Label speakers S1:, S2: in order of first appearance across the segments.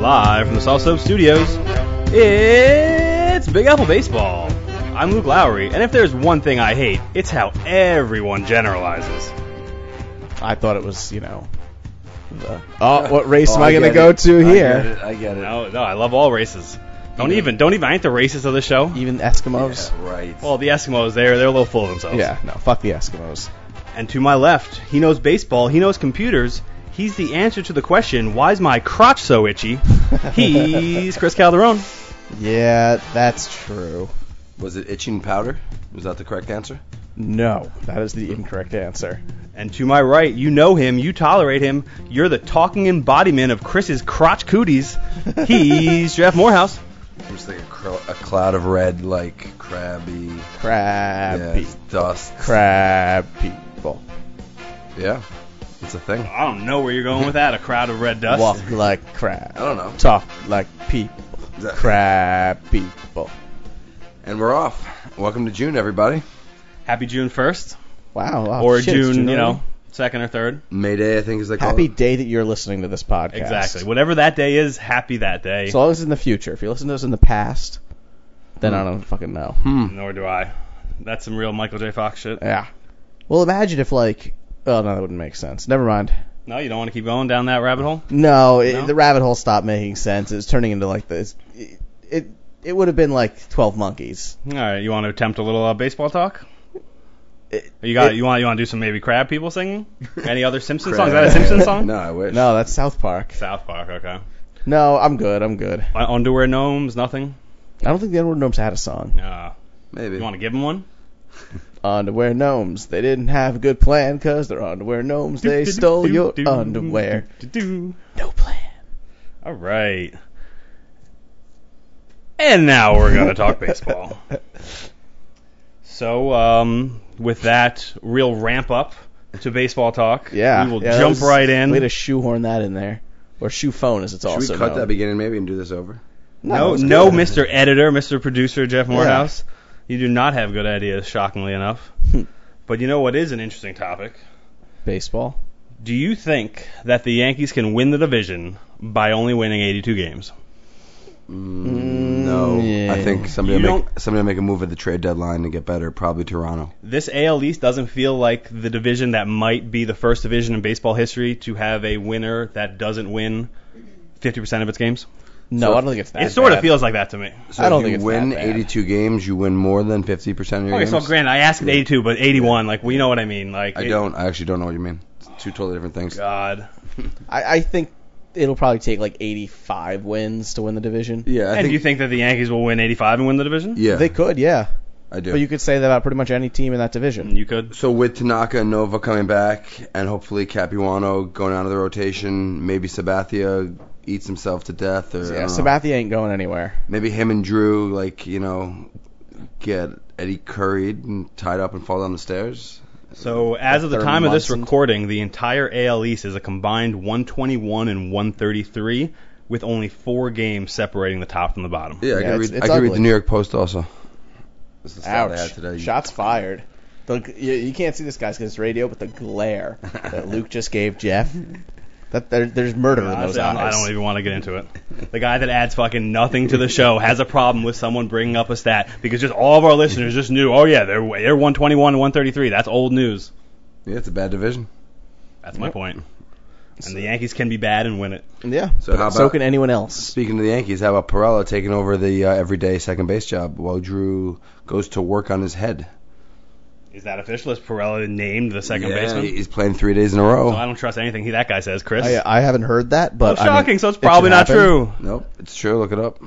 S1: Live from the Soft Soap Studios, it's Big Apple Baseball. I'm Luke Lowry, and if there's one thing I hate, it's how everyone generalizes.
S2: I thought it was, you know, the, oh, what race
S3: Oh,
S2: am I, going to
S3: get
S2: go
S3: it.
S2: to
S3: I get
S2: here?
S3: it. I get it.
S1: No, no, I love all races. Don't
S2: Yeah.
S1: even, don't even, I ain't the racist of the show.
S2: Even Eskimos?
S3: Yeah, right.
S1: Well, the Eskimos, they're, they're a little full of themselves.
S2: Yeah, no, fuck the Eskimos.
S1: And to my left, he knows baseball, he knows computers, he's the answer to the question, why's my crotch so itchy? He's Chris Calderon.
S2: Yeah, that's true.
S3: was it itching powder? Was that the correct answer?
S2: No, that is the incorrect answer.
S1: And to my right, you know him, you tolerate him, you're the talking embodiment of Chris's crotch cooties. He's Jeff Morehouse.
S3: I was thinking cro- a cloud of red, like crabby, yeah,
S2: Crabby.
S3: it's dust.
S2: Crab people.
S3: Yeah, it's a thing.
S1: I don't know where you're going with that, a crowd of red dust.
S2: Walk like crab.
S3: I don't know.
S2: Talk like people.
S3: That-
S2: Crab people.
S3: And we're off. Welcome to June, everybody.
S1: Happy June 1st,
S2: Wow. wow,
S1: or
S2: Oh, shit, it's
S1: June, you
S2: already.
S1: know, 2nd or 3rd.
S3: May Day, I think, is like
S2: Happy day that you're listening to this podcast.
S1: Exactly. Whatever that day is, happy that day.
S2: So long as it's in the future. If you listen to this in the past, then I don't fucking know.
S3: Hmm.
S1: Nor do I. That's some real Michael J. Fox shit.
S2: Yeah. Well, imagine if like, oh no, that wouldn't make sense. Never mind.
S1: No, you don't want to keep going down that rabbit hole?
S2: No, it,
S1: No?
S2: the rabbit hole stopped making sense. It was turning into like this. It it, it would have been like Twelve Monkeys.
S1: All right, you want to attempt a little uh, baseball talk?
S2: It-
S1: You got
S2: it-
S1: you want you want to do some maybe crab people singing? Any other Simpsons
S3: Crab-
S1: songs? Is that a Simpsons song?
S3: no, I wish.
S2: No, that's South Park.
S1: South Park, okay.
S2: No, I'm good. I'm good.
S1: Uh, Underwear gnomes, nothing.
S2: I don't think the Underwear Gnomes had a song.
S1: Uh,
S3: Maybe.
S1: you want to give them one?
S2: Underwear Gnomes. They didn't have a good plan 'cause they're Underwear Gnomes. They stole your underwear. No plan.
S1: All right. And now we're gonna talk baseball. So, um, with that real ramp up to baseball talk,
S2: Yeah.
S1: we will
S2: yeah, that
S1: jump
S2: was-
S1: right in.
S2: Way to shoehorn that in there. Or shoe phone, as it's
S3: Should
S2: also
S3: we cut
S2: known.
S3: that beginning maybe and do this over?
S1: No,
S2: it's
S1: no,
S2: good.
S1: Mr. Editor, Mr. Producer Jeff Morehouse, you do not have good ideas, shockingly enough.
S2: Hmm.
S1: but you know what is an interesting topic?
S2: Baseball.
S1: Do you think that the Yankees can win the division by only winning 82 games?
S3: Mm, no,
S2: yeah.
S3: I think somebody
S1: You
S3: will make somebody will make a move at the trade deadline to get better. Probably Toronto.
S1: This AL East doesn't feel like the division that might be the first division in baseball history to have a winner that doesn't win 50% of its games.
S2: No,
S3: So-
S2: I don't think it's that.
S1: it sort
S2: bad.
S1: of feels like that to me.
S3: So
S2: I don't
S3: if
S2: think
S3: you
S2: it's that
S3: win
S2: bad.
S3: 82 games, you win more than 50 percent of your
S1: Okay,
S3: games.
S1: so Grant, I asked 82, but 81, like, we know what I mean. Like,
S3: I
S1: it-
S3: don't. I actually don't know what you mean. It's two totally different things.
S1: God.
S2: I, I think it'll probably take like 85 wins to win the division.
S3: Yeah, I
S1: and
S3: think
S1: do you think that the Yankees will win 85 and win the division?
S3: Yeah,
S2: They could, yeah.
S3: I do.
S2: But you could say that about pretty much any team in that division.
S1: You could.
S3: so with Tanaka and Nova coming back, and hopefully Capuano going out of the rotation, maybe Sabathia eats himself to death, or I
S2: Yeah,
S3: don't know.
S2: Sabathia ain't going anywhere.
S3: maybe him and Drew, like you know, get Eddie curried and tied up and fall down the stairs.
S1: So as of the
S3: Thurman
S1: time of this
S3: Munson.
S1: recording, the entire AL East is a combined 121 and 133, with only four games separating the top from the bottom.
S3: Yeah,
S2: Yeah,
S3: I can
S2: it's-
S3: read.
S2: it's
S3: I can read
S2: ugly.
S3: the New York Post also. This is the stat I had
S2: Ouch.
S3: today.
S2: Shots fired. The, you, you can't see this guy's because it's radio, but the glare that Luke just gave Jeff. That there, there's murder in those
S1: Honestly, I don't- I
S2: eyes.
S1: don't even want to get into it. The guy that adds fucking nothing to the show has a problem with someone bringing up a stat because just all of our listeners just knew, oh yeah, they're they're 121 and 133. That's old news.
S3: Yeah, it's a bad division.
S1: That's my
S2: Yep.
S1: point. And the Yankees can be bad and win it.
S2: yeah.
S3: So how
S2: so
S3: about-
S2: can anyone else.
S3: Speaking of the Yankees, how about Perella taking over the uh, everyday second base job while Drew goes to work on his head?
S1: Is that official? Is Perella named the second
S3: yeah,
S1: baseman?
S3: he's playing three days in a row.
S1: so I don't trust anything he, that guy says, Chris.
S2: I, I haven't heard that,
S1: Oh,
S2: but I mean,
S1: shocking. so it's
S2: it should
S1: probably not
S2: happen.
S1: true.
S3: Nope, it's true. Look it up.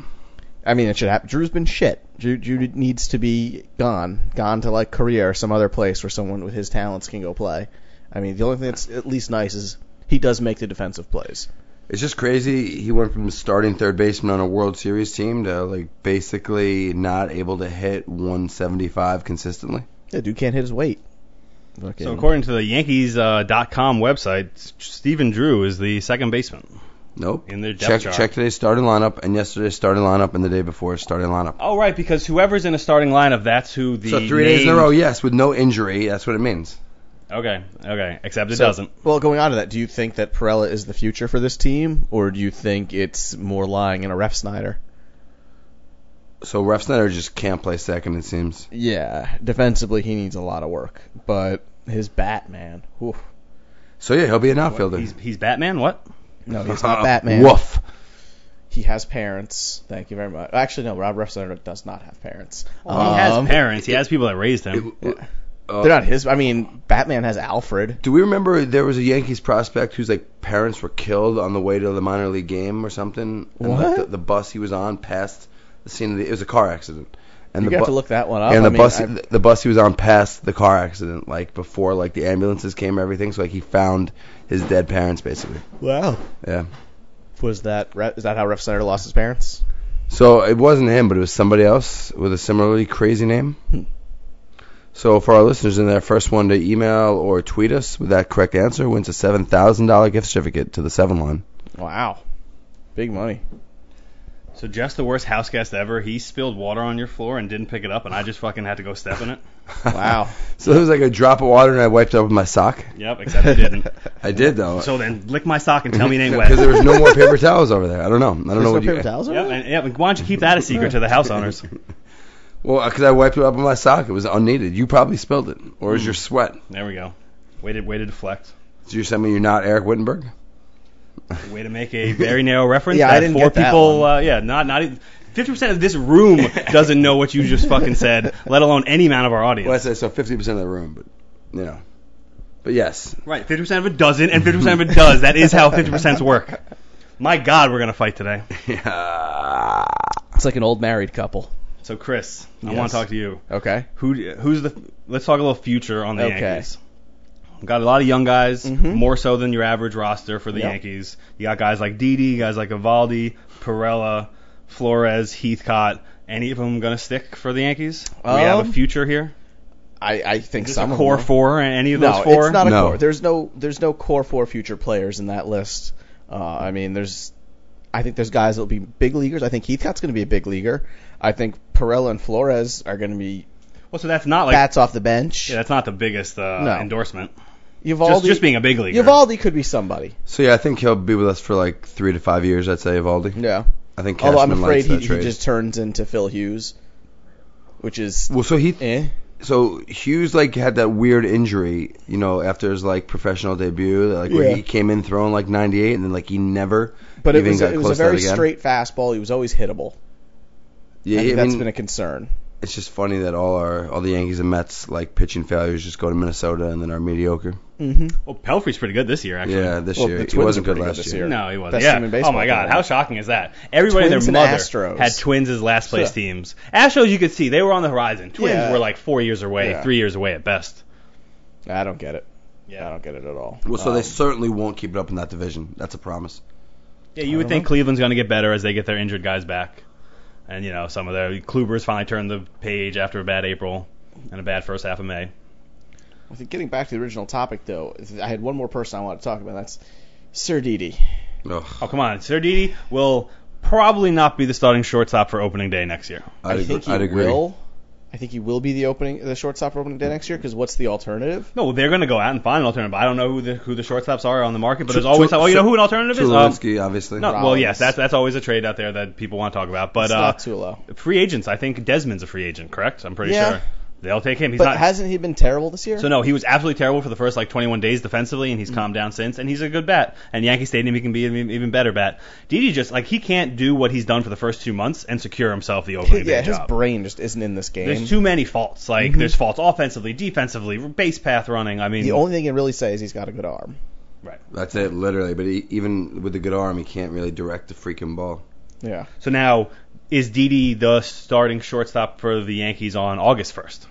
S2: I mean, it should happen. Drew's been shit. Drew, Drew needs to be gone, gone to like Korea or some other place where someone with his talents can go play. I mean, the only thing that's at least nice is he does make the defensive plays.
S3: It's just crazy. He went from starting third baseman on a World Series team to like basically not able to hit 175 consistently.
S2: Yeah, dude can't hit his weight. Fucking-
S1: So according to the Yankees.com uh, .com website, S- Steven Drew is the second baseman.
S3: Nope.
S1: In their depth
S3: check
S1: chart.
S3: check today's starting lineup and yesterday's starting lineup and the day before's starting lineup.
S1: Oh right, because whoever's in a starting lineup, that's who the
S3: so three days in a
S1: named-
S3: row, yes, with no injury. That's what it means.
S1: Okay. Okay. Except it
S2: So-
S1: doesn't.
S2: Well, going on to that, do you think that Perella is the future for this team, or do you think it's more lying in a Ref Snyder?
S3: So Ref Snyder just can't play second, it seems.
S2: Yeah, defensively he needs a lot of work, but his bat, man, oof.
S3: So yeah, he'll be an outfielder.
S1: He's he's Batman. What?
S2: no, he's not Batman.
S3: Woof.
S2: He has parents. Thank you very much. Actually, no, Rob Ref Snyder does not have parents.
S1: he has
S2: Um,
S1: parents. He has people that raised him.
S3: Uh,
S2: They're not his. I mean, Batman has Alfred.
S3: Do we remember there was a Yankees prospect whose like parents were killed on the way to the minor league game or something? And like
S2: What?
S3: the, the bus he was on passed the scene of the it was a car accident. And
S2: You
S3: the
S2: have
S3: bu-
S2: to look that one up.
S3: and
S2: I
S3: the
S2: mean,
S3: bus
S2: I-
S3: the bus he was on passed the car accident like before like the ambulances came and everything so like he found his dead parents basically.
S2: wow.
S3: Yeah.
S2: Was that Re- is that how Ref Snyder lost his parents?
S3: So it wasn't him, but it was somebody else with a similarly crazy name.
S2: Hmm.
S3: So for our listeners in there, first one to email or tweet us with that correct answer wins a seven thousand dollar gift certificate to the Seven Line.
S2: Wow, big money.
S1: So just the worst house guest ever. He spilled water on your floor and didn't pick it up, and I just fucking had to go step in it.
S2: Wow.
S3: So there was like a drop of water, and I wiped it up with my sock.
S1: Yep. Except it didn't.
S3: I did though,
S1: So then lick my sock and tell me it ain't wet.
S3: because there was no more paper towels over there. I don't know. I don't know what
S2: There's no
S3: you.
S2: paper towels over
S1: Yep,
S2: there?
S1: and, yep, and why don't you keep that a secret to the house owners?
S3: Well, because I wiped it up with my sock. It was unneeded. You probably spilled it, or it
S1: Hmm.
S3: was your sweat?
S1: There we go. Way to, way to deflect.
S3: So you're telling me you're not Eric Wittenberg?
S1: Way to make a very narrow reference.
S2: Yeah, I
S1: that
S2: didn't
S1: four
S2: get that
S1: people,
S2: one.
S1: Uh, yeah, not not even. 50% of this room doesn't know what you just fucking said, let alone any amount of our audience.
S3: Well, I said so. Fifty percent of the room, but you know. But yes,
S1: Right, 50% of it doesn't, and 50% of it does. That is how 50% work. My God, we're going to fight today.
S3: Yeah.
S2: It's like an old married couple.
S1: So, Chris, I
S2: Yes.
S1: want to talk to you.
S2: Okay.
S1: Who Who's the. Let's talk a little future on the
S2: Okay.
S1: Yankees. Got a lot of young guys,
S2: Mhm.
S1: more so than your average roster for the
S2: Yep.
S1: Yankees. You got guys like Didi, guys like Ivaldi, Perella, Flores, Heathcott. Any of them going to stick for the Yankees? we have a
S2: Um,
S1: future here.
S2: I, I think
S1: Just
S2: some
S1: a
S2: of
S1: core
S2: them.
S1: four, and any of
S2: no,
S1: those four.
S2: it's not a
S3: No.
S2: core. There's no there's no core four future players in that list. Uh, I mean, there's I think there's guys that'll be big leaguers. I think Heathcott's going to be a big leaguer. I think Perella and Flores are going to be
S1: well, so that's not like
S2: bats off the bench.
S1: yeah, that's not the biggest uh,
S2: No.
S1: endorsement.
S2: Uvalde,
S1: Just, just being a big leaguer.
S2: Uvalde could be somebody.
S3: So yeah, I think he'll be with us for like three to five years. I'd say Evaldi.
S2: Yeah.
S3: I think. Cashman
S2: Although I'm afraid
S3: likes
S2: he,
S3: that
S2: he
S3: trade.
S2: just turns into Phil Hughes, which is
S3: Well, so he
S2: eh.
S3: so Hughes like had that weird injury, you know, after his like professional debut, like where
S2: Yeah.
S3: he came in throwing like 98, and then like he never.
S2: But it
S3: even
S2: was
S3: got
S2: a, it was a
S3: close to
S2: very
S3: that again.
S2: straight fastball. He was always hittable.
S3: Yeah,
S2: I
S3: I
S2: think
S3: I
S2: that's
S3: mean,
S2: been a concern.
S3: it's just funny that all our all the Yankees and Mets like pitching failures just go to Minnesota and then are mediocre.
S2: Mm-hmm.
S1: Well, Pelfrey's pretty good this year, actually.
S3: Yeah, this
S2: Well, the
S3: year he
S2: Twins
S3: wasn't
S2: are
S3: good
S2: pretty good
S3: last
S2: this year.
S3: year.
S1: No, he wasn't.
S2: Best
S1: yeah.
S2: team in baseball
S1: oh my God,
S2: currently.
S1: how shocking is that? Everybody,
S2: Twins
S1: their
S2: and
S1: mother
S2: Astros.
S1: had Twins as last place
S2: Yeah.
S1: teams. Astros, you could see they were on the horizon. Twins
S2: Yeah.
S1: were like four years away,
S2: Yeah.
S1: three years away at best.
S2: I don't get it.
S1: Yeah.
S2: I don't get it at all.
S3: Well, so
S2: Um,
S3: they certainly won't keep it up in that division. That's a promise.
S1: Yeah, you would
S2: don't
S1: think
S2: know.
S1: Cleveland's going to get better as they get their injured guys back, and you know some of their Kluber's finally turned the page after a bad April and a bad first half of May.
S2: I think getting back to the original topic, though, is- I had one more person I want to talk about. That's Sir Didi.
S3: Ugh,
S1: Oh come on, Sir Didi will probably not be the starting shortstop for opening day next year.
S3: I'd,
S2: think
S3: agree,
S2: he
S3: I'd agree.
S2: will. I think he will be the opening, the shortstop for opening day next year. Because what's the alternative?
S1: No, they're going to go out and find an alternative. I don't know who the who the shortstops are on the market, but
S3: Tu-
S1: there's always
S3: Tu-
S1: oh you know
S3: Tu-
S1: who an alternative is. Um,
S3: Tulowitzki, obviously.
S1: No, well,
S2: Rollins.
S1: yes, that's that's always a trade out there that people want to talk about. But
S2: It's
S1: uh,
S2: not too low.
S1: free agents, I think Desmond's a free agent, correct? I'm pretty
S2: Yeah.
S1: sure they'll take him. He's
S2: but
S1: not.
S2: hasn't he been terrible this year?
S1: so no, he was absolutely terrible for the first like 21 days defensively, and he's
S2: Mm-hmm.
S1: calmed down since. And he's a good bat. And Yankee Stadium, he can be an even better bat. Didi just like he can't do what he's done for the first two months and secure himself the opening
S2: yeah,
S1: day
S2: his
S1: job.
S2: brain just isn't in this game.
S1: there's too many faults. Like there's faults offensively, defensively, base path running. I mean,
S2: the only thing he can really say is he's got a good arm.
S3: That's it, literally. But he, even with a good arm, he can't really direct the freaking ball.
S2: Yeah.
S1: so now is Didi the starting shortstop for the Yankees on August 1st?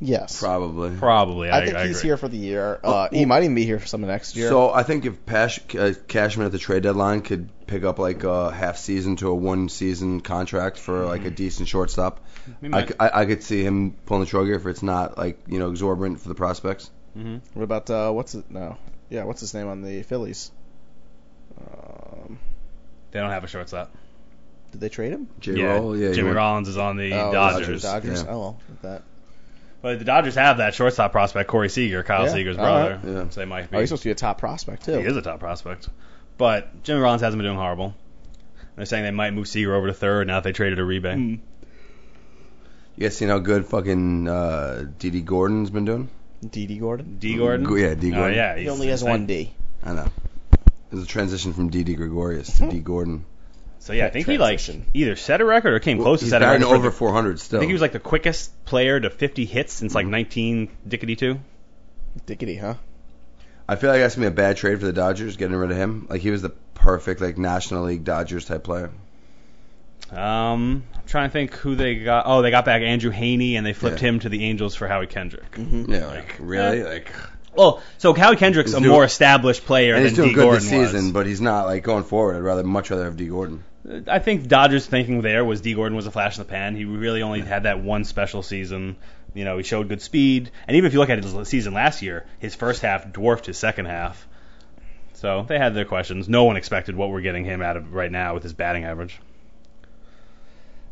S2: Yes.
S3: Probably.
S1: Probably. I,
S2: I think he's
S1: agree.
S2: here for the year. Uh,
S3: Well-
S2: he might even be here for some of next year.
S3: Oh, So I think if Pash, uh, Cashman at the trade deadline could pick up like a half season to a one season contract for
S1: Mm-hmm.
S3: like a decent shortstop,
S1: We
S3: I,
S1: might-
S3: c- I- I could see him pulling the trigger if it's not like you know exorbitant for the prospects.
S1: Mm-hmm.
S2: What about uh, what's it? No, yeah, what's his name on the Phillies? Um,
S1: They don't have a shortstop.
S2: did they trade him?
S3: J. Roll, yeah, he
S1: Jimmy
S3: went-
S1: Rollins is on the
S2: Oh,
S1: Dodgers.
S2: Dodgers.
S3: yeah.
S2: Oh, well, that
S1: But the Dodgers have that shortstop prospect, Corey Seager, Kyle
S2: Yeah,
S1: Seager's
S2: all
S1: brother.
S2: right.
S3: Yeah.
S1: So they might be.
S2: Oh, he's supposed to be a top prospect too.
S1: He is a top prospect. But Jimmy Rollins hasn't been doing horrible. They're saying they might move Seager over to third now that they traded Uribe.
S2: Mm. Mm-hmm.
S3: You guys seen how good fucking uh, D.D. Gordon's been doing?
S2: D.D. Gordon.
S1: D Gordon?
S3: Go- yeah, D.
S1: Oh,
S3: Gordon.
S1: yeah,
S2: He
S1: he's
S2: only has
S1: insane.
S2: one D.
S3: I know. There's a transition from D.D. Gregorius to
S1: Hmm.
S3: D. Gordon.
S1: So yeah, I think he like
S2: Transition.
S1: either set a record or came close
S3: He's
S1: to set a
S3: batting
S1: record. for
S3: over
S1: the-
S3: 400 still.
S1: I think he was like the quickest player to 50 hits since
S3: Mm-hmm.
S1: like 19 Dickety two.
S2: Dickety, huh?
S3: I feel like that's gonna be a bad trade for the Dodgers getting rid of him. Like he was the perfect like National League Dodgers type player.
S1: Um, I'm trying to think who they got. Oh, they got back Andrew Haney and they flipped
S3: Yeah.
S1: him to the Angels for Howie Kendrick.
S2: Mm-hmm.
S3: Yeah, like really, like
S1: Well, so Howie Kendrick's
S3: He's
S1: a
S3: doing-
S1: more established player
S3: and
S1: than
S3: he's doing
S1: D
S3: good
S1: Gordon
S3: this season,
S1: was.
S3: but he's not like going forward. I'd rather much rather have D Gordon.
S1: I think Dodgers thinking there was D Gordon was a flash in the pan. He really only had that one special season. You know, he showed good speed, and even if you look at his season last year, his first half dwarfed his second half. So they had their questions. No one expected what we're getting him out of right now with his batting average.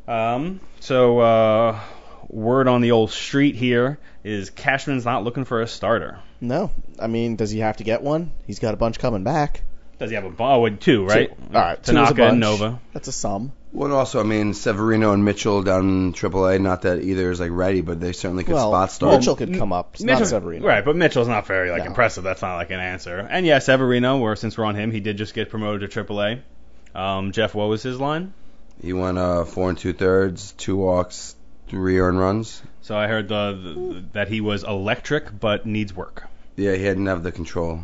S1: Um, so uh, word on the old street here is Cashman's not looking for a starter.
S2: No, I mean, does he have to get one? He's got a bunch coming back.
S1: Does he have a ball? Oh, two, right?
S2: Two- all right, two is a
S1: Tanaka and
S2: bunch.
S1: Nova.
S2: That's a sum.
S3: Well, and also I mean Severino and Mitchell down in AAA. Not that either is like ready, but they certainly could
S2: well,
S3: spot start.
S2: Mitchell could come up. It's not Severino.
S1: Right, but Mitchell's not very like
S2: No.
S1: impressive. That's not like an answer. And yeah, Severino, where since we're on him, he did just get promoted to AAA. Um, Jeff, what was his line?
S3: He went uh, four and two thirds, two walks, three earned runs.
S1: So I heard the, the, that he was electric but needs work.
S3: Yeah, he didn't have the control.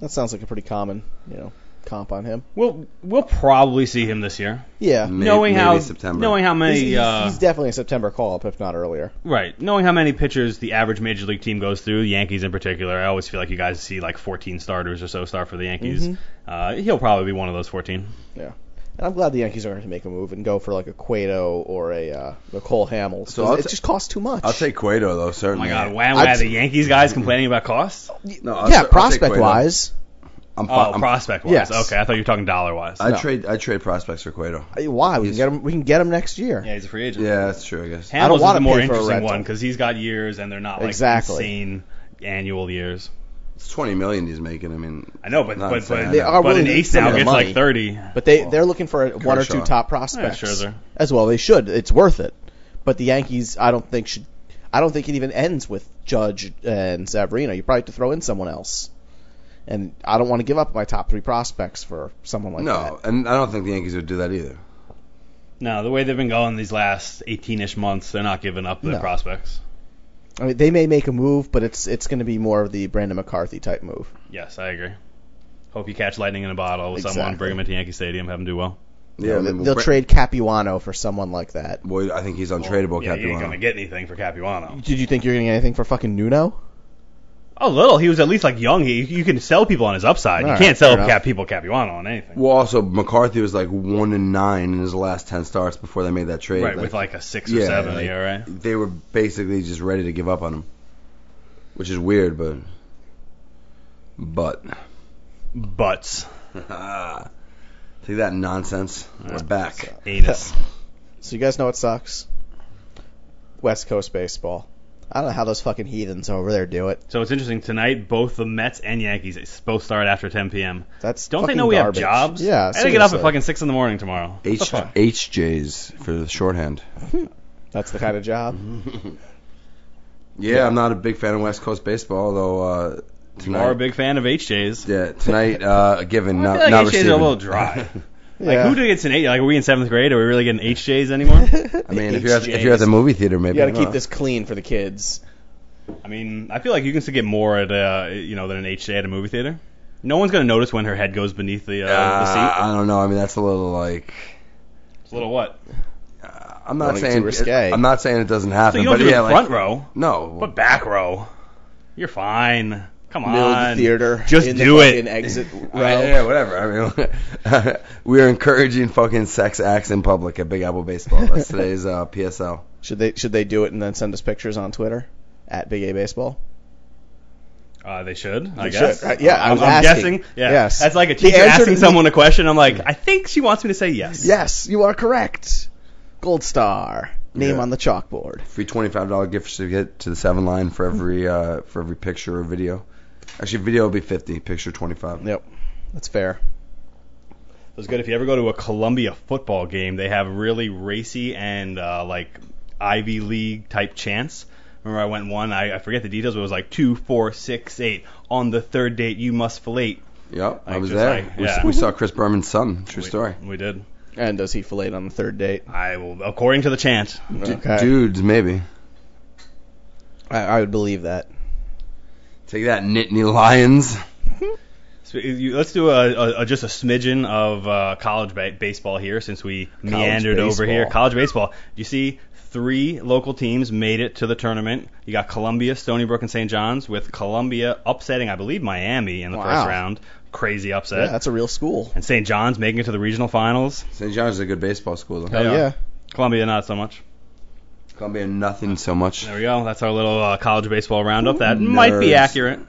S2: That sounds like a pretty common, you know, comp on him.
S1: We'll we'll probably see him this year,
S2: Yeah.
S3: May-
S1: knowing
S3: maybe
S1: how
S3: September.
S1: knowing how many
S2: He's, he's-
S1: Mm. uh,
S2: he's definitely a September call up, if not earlier.
S1: right knowing how many pitchers the average major league team goes through. Yankees in particular, I always feel like you guys see like 14 starters or so start for the Yankees.
S2: Mhm.
S1: Uh, he'll probably be one of those 14.
S2: Yeah. And I'm glad the Yankees aren't going to make a move and go for like a Cueto or a uh, a Cole Hamels.
S3: So
S2: 'cause
S3: I'll
S2: it
S3: ta-
S2: just costs too much.
S3: I'll take Cueto though,
S1: Oh
S3: certainly.
S1: my God, wow, wow
S2: I'd-
S1: the Yankees guys complaining about costs.
S3: No, I'll- I'll
S2: yeah,
S3: take
S2: prospect
S3: Cueto.
S2: wise,
S3: I'm, fi-
S1: Oh,
S3: I'm,
S1: prospect wise.
S2: yes.
S1: Okay, I thought you were talking dollar wise.
S3: I
S2: No.
S3: trade I trade prospects for Cueto.
S2: why we can
S3: He's-
S2: get him? We can get him next year.
S1: he's a free agent.
S3: Yeah, that's true. I guess.
S2: I don't
S1: Hamels is
S2: wanna
S1: the more
S2: pay for a
S1: interesting
S2: rental.
S1: one because he's got years and they're not like
S2: Exactly.
S1: insane annual years.
S3: It's 20 million he's making. I mean,
S1: I know, but
S3: Not
S1: but
S3: insane, I
S1: but,
S3: They
S2: are
S1: but an
S2: willing to-
S1: ace
S2: some
S1: now
S2: of the
S1: gets
S2: money.
S1: like thirty.
S2: But they they're looking for a, one or two
S3: Kershaw.
S2: top prospects
S1: Scherzer.
S2: as well. They should. It's worth it. But the Yankees, I don't think should. I don't think it even ends with Judge and Severino. You probably have to throw in someone else. And I don't want to give up my top three prospects for someone like
S3: no, and I don't think the Yankees would do that either.
S1: No, the way they've been going these last eighteen-ish months, they're not giving up their
S2: No.
S1: prospects.
S2: that. I mean, they may make a move, but it's it's going to be more of the Brandon McCarthy type move.
S1: Yes, I agree. Hope you catch lightning in a bottle with someone,
S2: Exactly.
S1: bring him into Yankee Stadium, have him do well.
S3: Yeah,
S2: You know,
S3: I mean,
S2: they'll
S3: Bra-
S2: trade Capuano for someone like that.
S3: Boy, I think he's untradeable.
S1: yeah, you ain't
S3: Capuano.
S1: gonna get anything for Capuano.
S2: Did you think you're getting anything for fucking Nuno?
S1: A little. He was at least like young. He, you can sell people on his upside. you
S2: All
S1: can't
S2: right,
S1: sell
S2: fair
S1: cap, people Capuano on anything.
S3: Well, also McCarthy was like one and nine in his last 10 starts before they made that trade.
S1: right, with like a six or
S3: yeah,
S1: seven.
S3: like-
S1: yeah, right.
S3: they were basically just ready to give up on him, which is weird, but but
S1: Butts.
S3: take that nonsense. We're back.
S1: Anus.
S2: So you guys know what sucks? West Coast baseball. I don't know how those fucking heathens over there do it.
S1: So it's interesting tonight. Both the Mets and Yankees it's both start after 10 p.m.
S2: That's
S1: Don't they
S2: fucking
S1: know we
S2: garbage.
S1: have jobs?
S2: Yeah,
S1: I gotta get up at
S2: seriously.
S1: fucking six in the morning tomorrow.
S3: H- HJs for the shorthand.
S2: That's the kind of job.
S1: Mm-hmm.
S3: Yeah, I'm not a big fan of West Coast baseball, though. Uh,
S1: You
S3: tonight,
S1: are a big fan of HJs.
S3: Yeah, tonight, uh, given,
S1: I
S3: not,
S1: feel like
S3: not
S1: HJs
S3: receiving.
S1: are a little dry. like
S2: Yeah.
S1: who do gets an eight? Like are we in seventh grade? Are we really getting HJs anymore?
S3: I mean, if you're, at, if you're at the movie theater, maybe.
S2: you got to
S3: I don't
S2: keep
S3: know.
S2: this clean for the kids.
S1: I mean, I feel like you can still get more at uh, you know than an HJ at a movie theater. No one's gonna notice when her head goes beneath the, uh,
S3: Uh,
S1: the seat.
S3: I don't know. I mean, that's a little like. uh,
S1: It's a little what?
S3: I'm not
S2: Like,
S3: saying
S2: too risque.
S3: I'm not saying it doesn't
S1: So
S3: happen,
S1: you don't
S3: but
S1: do it
S3: yeah,
S1: in
S3: like
S1: front row,
S3: no,
S1: but back row. You're fine. Come
S2: Middle of the
S1: on.
S2: theater.
S1: Just
S2: in the
S1: do it.
S2: fucking Exit
S3: I-
S2: row.
S3: yeah, whatever. I mean, we are encouraging fucking sex acts in public at Big Apple Baseball. That's today's uh, PSL.
S2: Should they should they do it and then send us pictures on Twitter at Big A Baseball?
S1: Uh, they should, I
S2: They
S1: guess.
S2: should. Uh, yeah, I
S1: I'm,
S2: was
S1: I'm
S2: asking.
S1: guessing. Yeah.
S2: Yes.
S1: That's like a
S2: The
S1: teacher
S2: answer
S1: asking
S2: to-
S1: someone a question. I'm like, I think she wants me to say yes.
S2: Yes, you are correct. Gold star. name
S3: Yeah.
S2: on the chalkboard.
S3: Free twenty-five dollar gift certificate to the seven line for every uh, for every picture or video. Actually, video will be fifty. Picture twenty-five.
S2: Yep, that's fair.
S1: It was good. If you ever go to a Columbia football game, they have really racy and uh, like Ivy League type chants. Remember, I went one. I, I forget the details, but it was like two, four, six, eight. On the third date, you must fellate.
S3: Yep, I
S1: Like,
S3: was
S1: just
S3: there.
S1: like-
S3: we, s-
S1: yeah.
S3: we saw Chris Berman's son. True
S1: We-
S3: story.
S1: We did.
S2: And does he fillet on the third date?
S1: I will, according to the chant.
S3: D-
S2: Okay.
S3: Dudes, maybe.
S2: I, I would believe that.
S3: Take that, Nittany Lions.
S1: So you- let's do a, a, a just a smidgen of uh, college ba- baseball here, since we meandered over here.
S2: baseball.
S1: College baseball. You see, three local teams made it to the tournament. You got Columbia, Stony Brook, and St. John's, with Columbia upsetting, I believe, Miami in the
S2: Wow.
S1: first round. Crazy
S2: Yeah,
S1: upset.
S2: that's a real school.
S1: and St. John's making it to the regional finals.
S3: St. John's is a good baseball school, though.
S1: Hell
S2: Hell
S1: yeah.
S2: yeah.
S1: Columbia, not so much.
S3: Columbia, nothing so much.
S1: There we go. That's our little uh, college baseball roundup. That might be
S3: Nerds.
S1: accurate.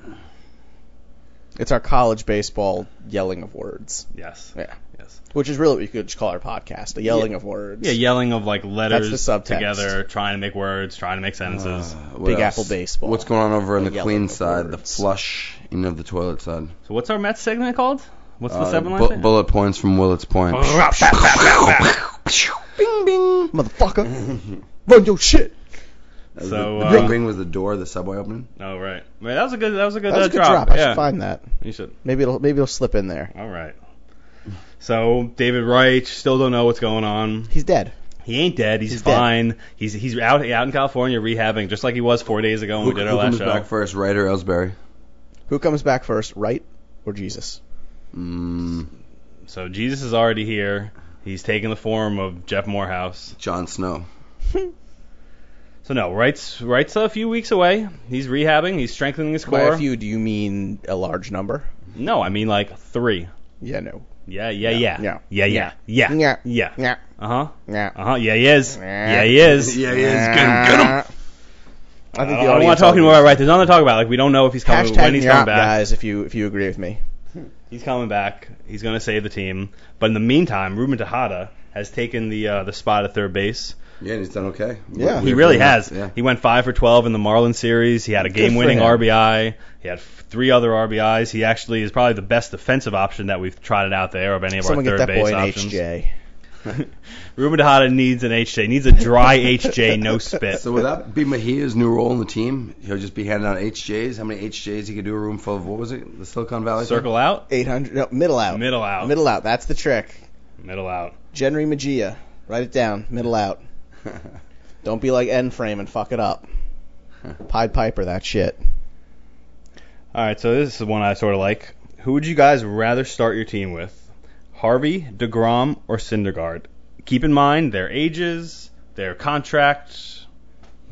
S2: It's our college baseball yelling of words,
S1: Yes.
S2: Yeah.
S1: Yes.
S2: which is really what you could just call our podcast, the yelling of words.
S1: Yeah, yelling of like letters
S2: the subtext. Ah.
S1: together, trying to make words, trying to make sentences.
S3: Uh, What
S2: Big
S3: else?
S2: Apple baseball.
S3: What's going on over on the,
S2: The yellow
S3: clean side, the
S2: boards.
S3: flushing of the toilet side?
S1: So what's our Mets segment called? What's the
S3: Uh,
S1: seven line? Oh,
S3: bu-
S1: thing?
S3: bullet points from Willett's Point. bing, bing.
S2: Motherfucker, run your shit.
S1: So,
S3: the,
S1: uh,
S3: the bing, bing was the door, of the subway opening.
S1: oh right, Man, that was a good that was a good,
S2: That was
S1: uh,
S2: a good
S1: drop.
S2: drop. I
S1: Yeah,
S2: should find that.
S1: you should.
S2: Maybe it'll maybe it'll slip in there.
S1: All right. So David Wright still don't know what's going on.
S2: He's dead.
S1: He ain't dead. He's,
S2: He's dead.
S1: fine. He's he's out out in California rehabbing, just like he was four days ago when
S3: Who,
S1: we did our
S3: who
S1: last
S3: comes
S1: show.
S3: back first, Wright or Ellsbury?
S2: Who comes back first, right or Jesus?
S3: Mm,
S1: So Jesus is already here. He's taking the form of Jeff Morehouse.
S3: John Snow.
S1: So no, Wright's Wright's a few weeks away. He's rehabbing. He's strengthening his
S2: By
S1: core.
S2: a few, do you mean a large number?
S1: No, I mean like three.
S2: Yeah, no.
S1: Yeah, yeah, yeah,
S2: yeah,
S1: yeah, yeah, yeah,
S2: Yeah.
S1: yeah.
S2: Yeah,
S1: Uh huh.
S2: yeah.
S1: Uh huh. Yeah, he is.
S2: Yeah.
S1: Yeah, he is. Uh,
S3: Yeah, he is. Get him, get him.
S2: I
S1: I
S2: think
S1: don't, I
S2: the
S1: don't want
S2: audience
S1: to talk anymore. Right? There's nothing to talk about. Like we don't know if he's coming. when
S2: Hashtag
S1: he's
S2: yeah,
S1: coming back.
S2: guys, if you if you agree with me.
S1: He's coming back. He's going to save the team. But in the meantime, Ruben Tejada has taken the uh, the spot at third base.
S3: Yeah, and he's done okay.
S2: Yeah.
S1: He
S3: Weird
S1: really
S3: for him.
S1: has.
S3: Yeah.
S1: He went five for twelve in the Marlins series. He had a
S2: Good for
S1: game-winning
S2: him.
S1: RBI. He had f- three other RBIs. He actually is probably the best defensive option that we've trotted out there of any of
S2: Someone
S1: our third
S2: get that
S1: base
S2: boy an
S1: options.
S2: HJ.
S1: Ruben Tejada needs an HJ. Needs a dry HJ, no spit.
S3: So would that be Mejia's new role in the team? He'll just be handing out HJs. How many HJs he could do a room full of? What was it? The Silicon Valley. thing?
S1: Circle out,
S2: 800, no, middle out.
S1: middle out,
S2: Middle out, that's the trick.
S1: middle out.
S2: Jenry Magia, write it down, middle out. Don't be like N frame and fuck it up. Pied Piper, that shit.
S1: All right, so this is one I sort of like. Who would you guys rather start your team with, Harvey, Degrom, or Syndergaard? Keep in mind their ages, their contract,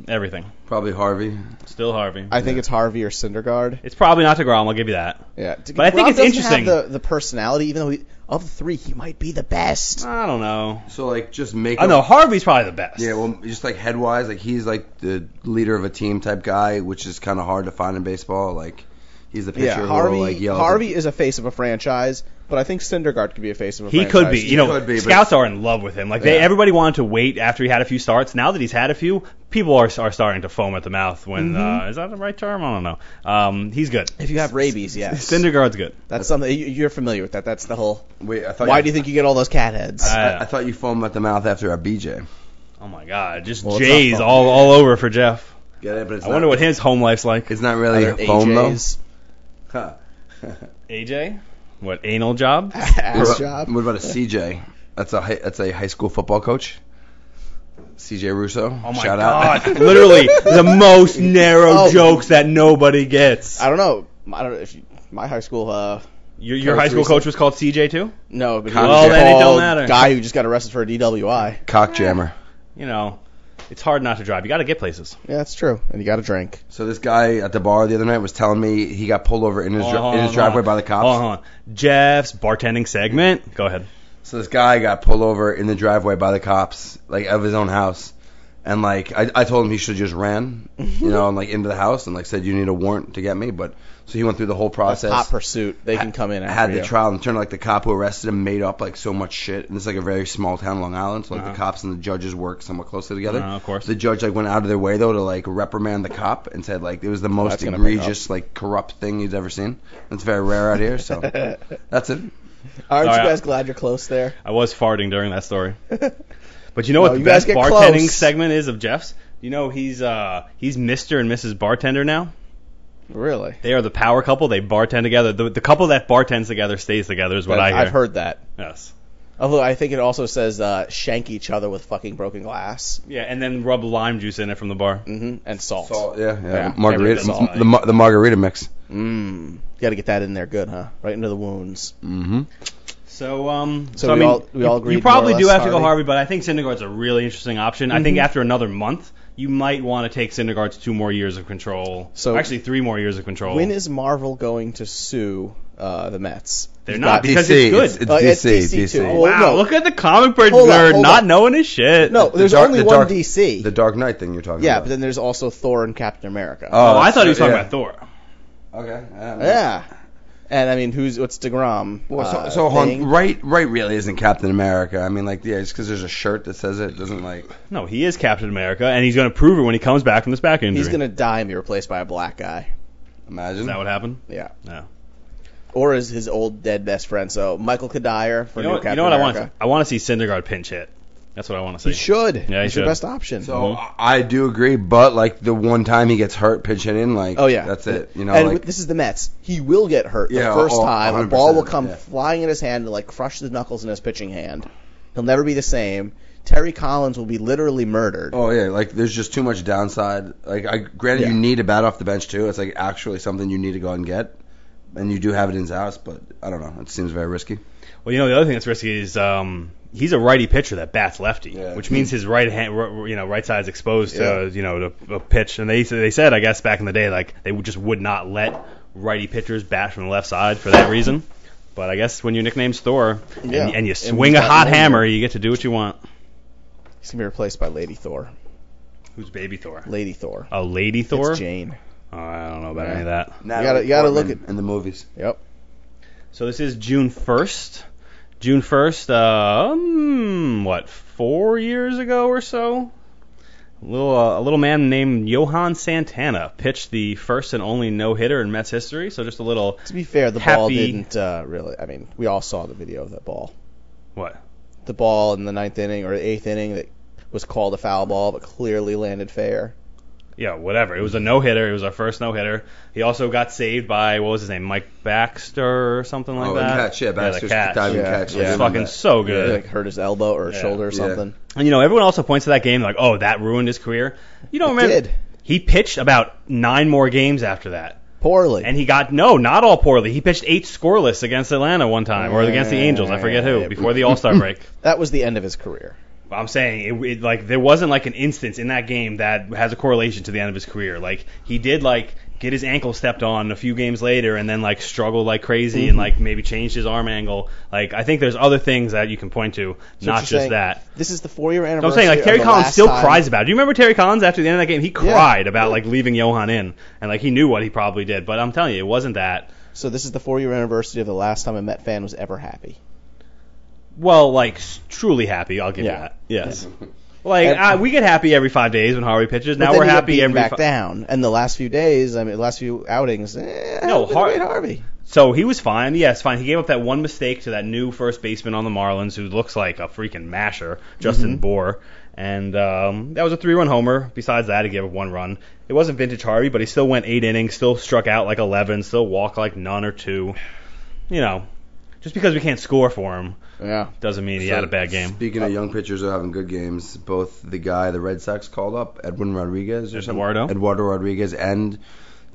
S1: everything.
S3: Probably Harvey.
S1: Still Harvey.
S2: I think it's Harvey or Syndergaard.
S1: it's probably not Degrom. I'll give you that.
S2: Yeah,
S1: But I think
S2: Rob
S1: it's
S2: doesn't
S1: interesting.
S2: Have the, the personality, even though he, of the three, he might be the best.
S1: I don't know.
S3: So like just make.
S1: I
S3: up-
S1: know Harvey's probably the best.
S3: Yeah, well, just like head wise, like he's like the leader of a team type guy, which is kind of hard to find in baseball. Like he's the pitcher
S2: yeah,
S3: who
S2: Harvey.
S3: will like yell.
S2: Harvey is a face of a franchise, but I think Syndergaard could be a face of a
S1: He
S2: franchise.
S1: could be. You know,
S3: could be, but-
S1: scouts are in love with him. Like they,
S2: Yeah.
S1: everybody wanted to wait after he had a few starts. Now that he's had a few, people are are starting to foam at the mouth. When
S3: Mm-hmm.
S1: uh, is that the right term? I don't know. Um, he's good.
S2: if you have rabies, yes.
S1: Syndergaard's good.
S2: That's something you- you're familiar with. That that's the whole.
S3: Wait, I thought.
S2: Why do you think you get all those cat heads?
S1: Uh,
S3: I, I thought you foamed at the mouth after a BJ.
S1: Oh my God, just
S2: Well, it's not
S1: J's
S2: fun.
S1: all all over for Jeff.
S3: Get it? But it's
S1: I
S3: not,
S1: wonder what his home life's like.
S3: It's not
S2: Other
S3: really foam though.
S2: AJs,
S3: Huh.
S1: AJ, what anal job?
S3: What
S2: ass
S3: about-
S2: job.
S3: What about a CJ? That's a hi- that's a high school football coach. CJ Russo.
S1: Oh my
S3: Shout
S1: God!
S3: out.
S1: Literally the most narrow
S2: Oh.
S1: jokes that nobody gets.
S2: I don't know. I don't know if you, my high school. Uh,
S1: Your, your high school coach was called CJ too.
S2: no, but he
S3: Con-
S2: was
S3: Well, then
S1: it don't
S2: called
S1: matter.
S2: Guy who just got arrested for a DWI.
S3: Cock jammer.
S1: You know, it's hard not to drive. You got to get places.
S2: Yeah, that's true. And you got to drink.
S3: So this guy at the bar the other night was telling me he got pulled over in his,
S1: Hold
S3: dri-
S1: on,
S3: in his
S1: hold on,
S3: driveway by the cops.
S1: Hold on, hold on. Jeff's bartending segment. Go ahead.
S3: So this guy got pulled over in the driveway by the cops, like of his own house, And like I, I told him he should just ran, you know, and like into the house and like said you need a warrant to get me. But so he went through the whole
S2: That's
S3: process.
S2: hot pursuit. They can come in.
S3: I
S2: After
S3: had
S2: you.
S3: the trial and turned like the cop who arrested him made up like so much shit. And it's like a very small town, Long Island, so like
S1: Uh-huh.
S3: the cops and the judges work somewhat closely together.
S2: Uh-huh,
S1: Uh, of course.
S3: The judge like went out of their way though to like reprimand the cop and said like it was the most
S2: that's gonna pick
S3: egregious like corrupt thing he's ever seen. That's very rare out here, so that's it.
S2: Aren't
S1: All
S2: you
S1: right.
S2: guys glad you're close there?
S1: I was farting during that story. But you know
S2: No,
S1: what the
S2: you guys
S1: best
S2: get
S1: bartending
S2: close.
S1: segment is of Jeff's? You know he's uh he's Mr. and Mrs. Bartender now.
S2: Really?
S1: They are the power couple. They bartend together. The, the couple that bartends together stays together is what I hear.
S2: I've heard that.
S1: Yes.
S2: Although I think it also says uh, shank each other with fucking broken glass
S1: Yeah, and then rub lime juice in it from the bar.
S2: hmm and salt.
S3: So yeah, yeah,
S2: Yeah,
S3: margarita,
S2: everything's all
S3: the, ma- the margarita mix.
S2: Mm. Got to get that in there good, huh? Right into the wounds.
S3: Mm-hmm.
S1: So um, so,
S2: So
S1: I
S2: we
S1: mean,
S2: all- we
S1: you,
S2: all
S1: you
S2: agreed
S1: probably
S2: more or
S1: do
S2: less
S1: have to go
S2: Harvey?
S1: Harvey, but I think Syndergaard's a really interesting option. I think
S2: Mhm.
S1: after another month, you might want to take Syndergaard's two more years of control.
S2: So-
S1: actually, three more years of control.
S2: When is Marvel going to sue uh, the Mets?
S1: They're
S2: You've
S1: not
S2: got-
S1: because
S3: DC,
S1: it's good.
S3: It's,
S2: Oh, it's
S3: DC,
S2: DC,
S3: DC.
S2: too. Well,
S1: wow,
S2: Oh, no.
S1: look at the comic book
S2: Hold on,
S1: nerd
S2: hold
S1: not
S2: on.
S1: knowing his shit.
S2: No, there's
S3: dark-
S2: only
S3: the
S2: one
S3: dark-
S2: DC.
S3: The Dark Knight thing you're talking
S2: yeah, but
S3: about.
S2: then there's also Thor and Captain America.
S1: Oh, I
S3: that's-
S1: thought he was talking
S3: yeah.
S1: about Thor.
S3: Okay.
S2: yeah. And I mean, who's what's Degrom?
S3: Well, so,
S2: uh,
S3: so hold
S2: thing?
S3: on. right, right really isn't Captain America. I mean, like, yeah, just because there's a shirt that says it doesn't like.
S1: No, he is Captain America, and he's going to prove it when he comes back from this back injury.
S2: He's gonna die and be replaced by a black guy.
S3: Imagine.
S1: Is that what happened?
S2: Yeah.
S1: Yeah.
S2: Or is his old dead best friend? So Michael Kadire for
S1: You know
S2: new
S1: what, you
S2: Captain
S1: know what I want?
S2: America.
S1: to I want to see Syndergaard pinch hit. That's what I want to
S2: He
S1: see.
S2: should.
S1: he
S2: He's
S1: should.
S2: your best option.
S3: so
S1: Mm-hmm.
S3: I I do agree, but like the one time he gets hurt pitching in, like,
S2: Oh yeah,
S3: that's it. You know,
S2: and
S3: like,
S2: with- this is the Mets. He will get hurt
S3: Yeah,
S2: the first
S3: oh,
S2: time. A
S3: 100%,
S2: ball will come
S3: yeah.
S2: flying in his hand and like crush the knuckles in his pitching hand. He'll never be the same. Terry Collins will be literally murdered.
S3: oh yeah, like there's just too much downside. Like, I granted you
S2: Yeah.
S3: need a bat off the bench too. It's like actually something you need to go out and get, and you do have it in his house, but I don't know. It seems very risky.
S1: Well, you know the other thing that's risky is um, he's a righty pitcher that bats lefty,
S3: Yeah.
S1: which means his right hand, r- you know, right side's exposed
S3: Yeah.
S1: to you know to a pitch. And they they said, I guess back in the day, like they would- just would not let righty pitchers bat from the left side for that reason. But I guess when your nickname's Thor and,
S2: Yeah.
S1: and you
S2: And
S1: swing
S2: we've
S1: a
S2: got
S1: hot
S2: Mjolnir.
S1: hammer, you get to do what you want.
S2: He's gonna be replaced by Lady Thor.
S1: Who's Baby Thor?
S2: Lady Thor.
S1: Oh, Lady Thor?
S2: It's Jane.
S1: Oh, I don't know about
S2: Yeah.
S1: any of that.
S3: Natalie
S2: gotta- you gotta
S3: Portman
S2: look at-
S3: in the movies.
S2: Yep.
S1: So this is June 1st. June 1st, uh, um, what, four years ago or so? A little, uh, a little man named Johan Santana pitched the first and only no hitter in Mets history. So just a little,
S2: To be fair, the ball
S1: Happy-
S2: didn't uh, really. I mean, we all saw the video of that ball.
S1: what?
S2: The ball in the ninth inning or the eighth inning that was called a foul ball, but clearly landed fair.
S1: Yeah, whatever. It was a no hitter. It was our first no hitter. He also got saved by, what was his name, Mike Baxter or something like
S3: oh,
S1: that?
S3: and catch, yeah,
S1: the
S3: Baxter's
S1: catch.
S3: diving
S2: Yeah,
S3: catch.
S2: yeah.
S3: I
S1: It's
S3: remember
S1: fucking
S3: that.
S1: so Oh, good.
S2: Like hurt his elbow or his
S1: Yeah.
S2: shoulder or
S3: Yeah.
S2: something.
S1: And you know, everyone also points to that game like, oh, that ruined his career. You don't
S2: It
S1: remember?
S2: did
S1: He pitched about nine more games after that.
S2: poorly.
S1: And he got no, not all poorly. He pitched eight scoreless against Atlanta one time, or against the Angels, I forget who, before the All Star break.
S2: that was the end of his career.
S1: I'm saying it, it, like there wasn't like an instance in that game that has a correlation to the end of his career. Like he did like get his ankle stepped on a few games later, and then like struggled like crazy,
S2: Mm-hmm.
S1: and like maybe changed his arm angle. Like I think there's other things that you can point to,
S2: what
S1: not
S2: you're
S1: just
S2: saying-
S1: that.
S2: This is the four-year
S1: So
S2: anniversary.
S1: I'm saying like
S2: of
S1: Terry
S2: the
S1: Collins
S2: last
S1: still
S2: time-
S1: cries about it. Do you remember Terry Collins after the end of that game? He
S2: Yeah.
S1: cried about like leaving Johan in and like he knew what he probably did. But I'm telling you, it wasn't that.
S2: So this is the four-year anniversary of the last time a Met fan was ever happy.
S1: Well, like s- truly happy, I'll give
S2: Yeah.
S1: you that. Yes. Like
S2: And-
S1: uh, we get happy every five days when Harvey pitches.
S2: But
S1: Now
S2: then
S1: we're
S2: he got
S1: happy
S2: beaten
S1: every.
S2: back
S1: Fi-
S2: down. And the last few days, I mean, the last few outings. Eh,
S1: No,
S2: been
S1: Har-
S2: great Harvey.
S1: so he was fine. Yes, fine. He gave up that one mistake to that new first baseman on the Marlins, who looks like a freaking masher, Justin
S2: Mm-hmm.
S1: Bohr, and um, that was a three-run homer. Besides that, he gave up one run. It wasn't vintage Harvey, but he still went eight innings, still struck out like eleven, still walked like none or two. You know, just because we can't score for him
S2: Yeah.
S1: doesn't mean he
S3: So,
S1: had a bad game.
S3: Speaking of young pitchers who are having good games, both the guy the Red Sox called up, Edwin Rodriguez or something,
S1: Eduardo?
S3: Eduardo Rodriguez, and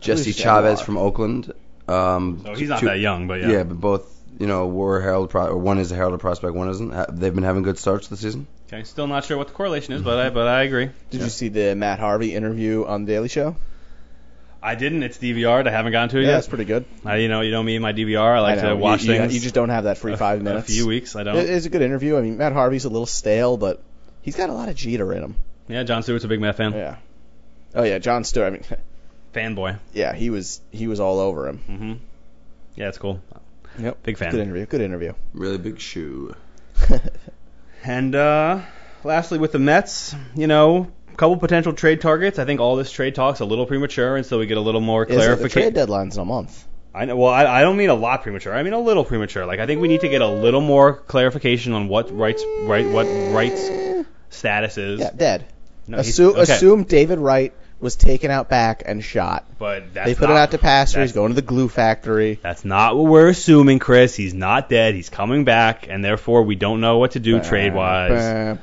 S3: Jesse
S2: Who's
S3: Chavez
S2: Eduardo?
S3: from Oakland. Um,
S1: So Oh, he's not
S3: two-
S1: that young, but
S3: Yeah. but both you know were herald pro- or one is a heralded prospect, one isn't. Ha- They've been having good starts this season.
S1: Okay, still not sure what the correlation is, but I but I agree.
S2: Did you see the Matt Harvey interview on the Daily Show?
S1: I didn't. It's DVR'd. I haven't gone to it
S2: Yeah, that's
S1: yet.
S2: pretty good.
S1: I, you know, you know me and my DVR. I like
S2: I know.
S1: to watch
S2: you, you-
S1: things.
S2: You, just don't have that free five
S1: a,
S2: minutes.
S1: A few weeks. I don't.
S2: It- It's a good interview. I mean, Matt Harvey's a little stale, but he's got a lot of Jeter in him.
S1: Yeah, John Stewart's a big Met fan.
S2: Yeah. Oh yeah, John Stewart. I mean,
S1: Fanboy.
S2: yeah, he was he was all over him.
S1: Mm-hmm. Yeah, it's cool.
S2: Yep.
S1: Big fan.
S2: Good interview. Good interview.
S3: Really big shoe.
S1: And uh, lastly, with the Mets, you know, a couple potential trade targets. I think all this trade talk's a little premature, and so we get a little more
S2: Is it- The trade
S1: clarification.
S2: deadline's in a month.
S1: I know. Well, I, I don't mean a lot premature. I mean a little premature. Like I think we need to get a little more clarification on what rights, right, what rights status is.
S2: Yeah, dead.
S1: No, he's-
S2: Assume,
S1: okay,
S2: assume David Wright was taken out back and shot.
S1: But that's
S2: They put
S1: not,
S2: him out to pasture. He's
S1: that's-
S2: going to the glue factory.
S1: That's not what we're assuming, Chris. He's not dead. He's coming back, and therefore we don't know what to do trade wise.
S2: I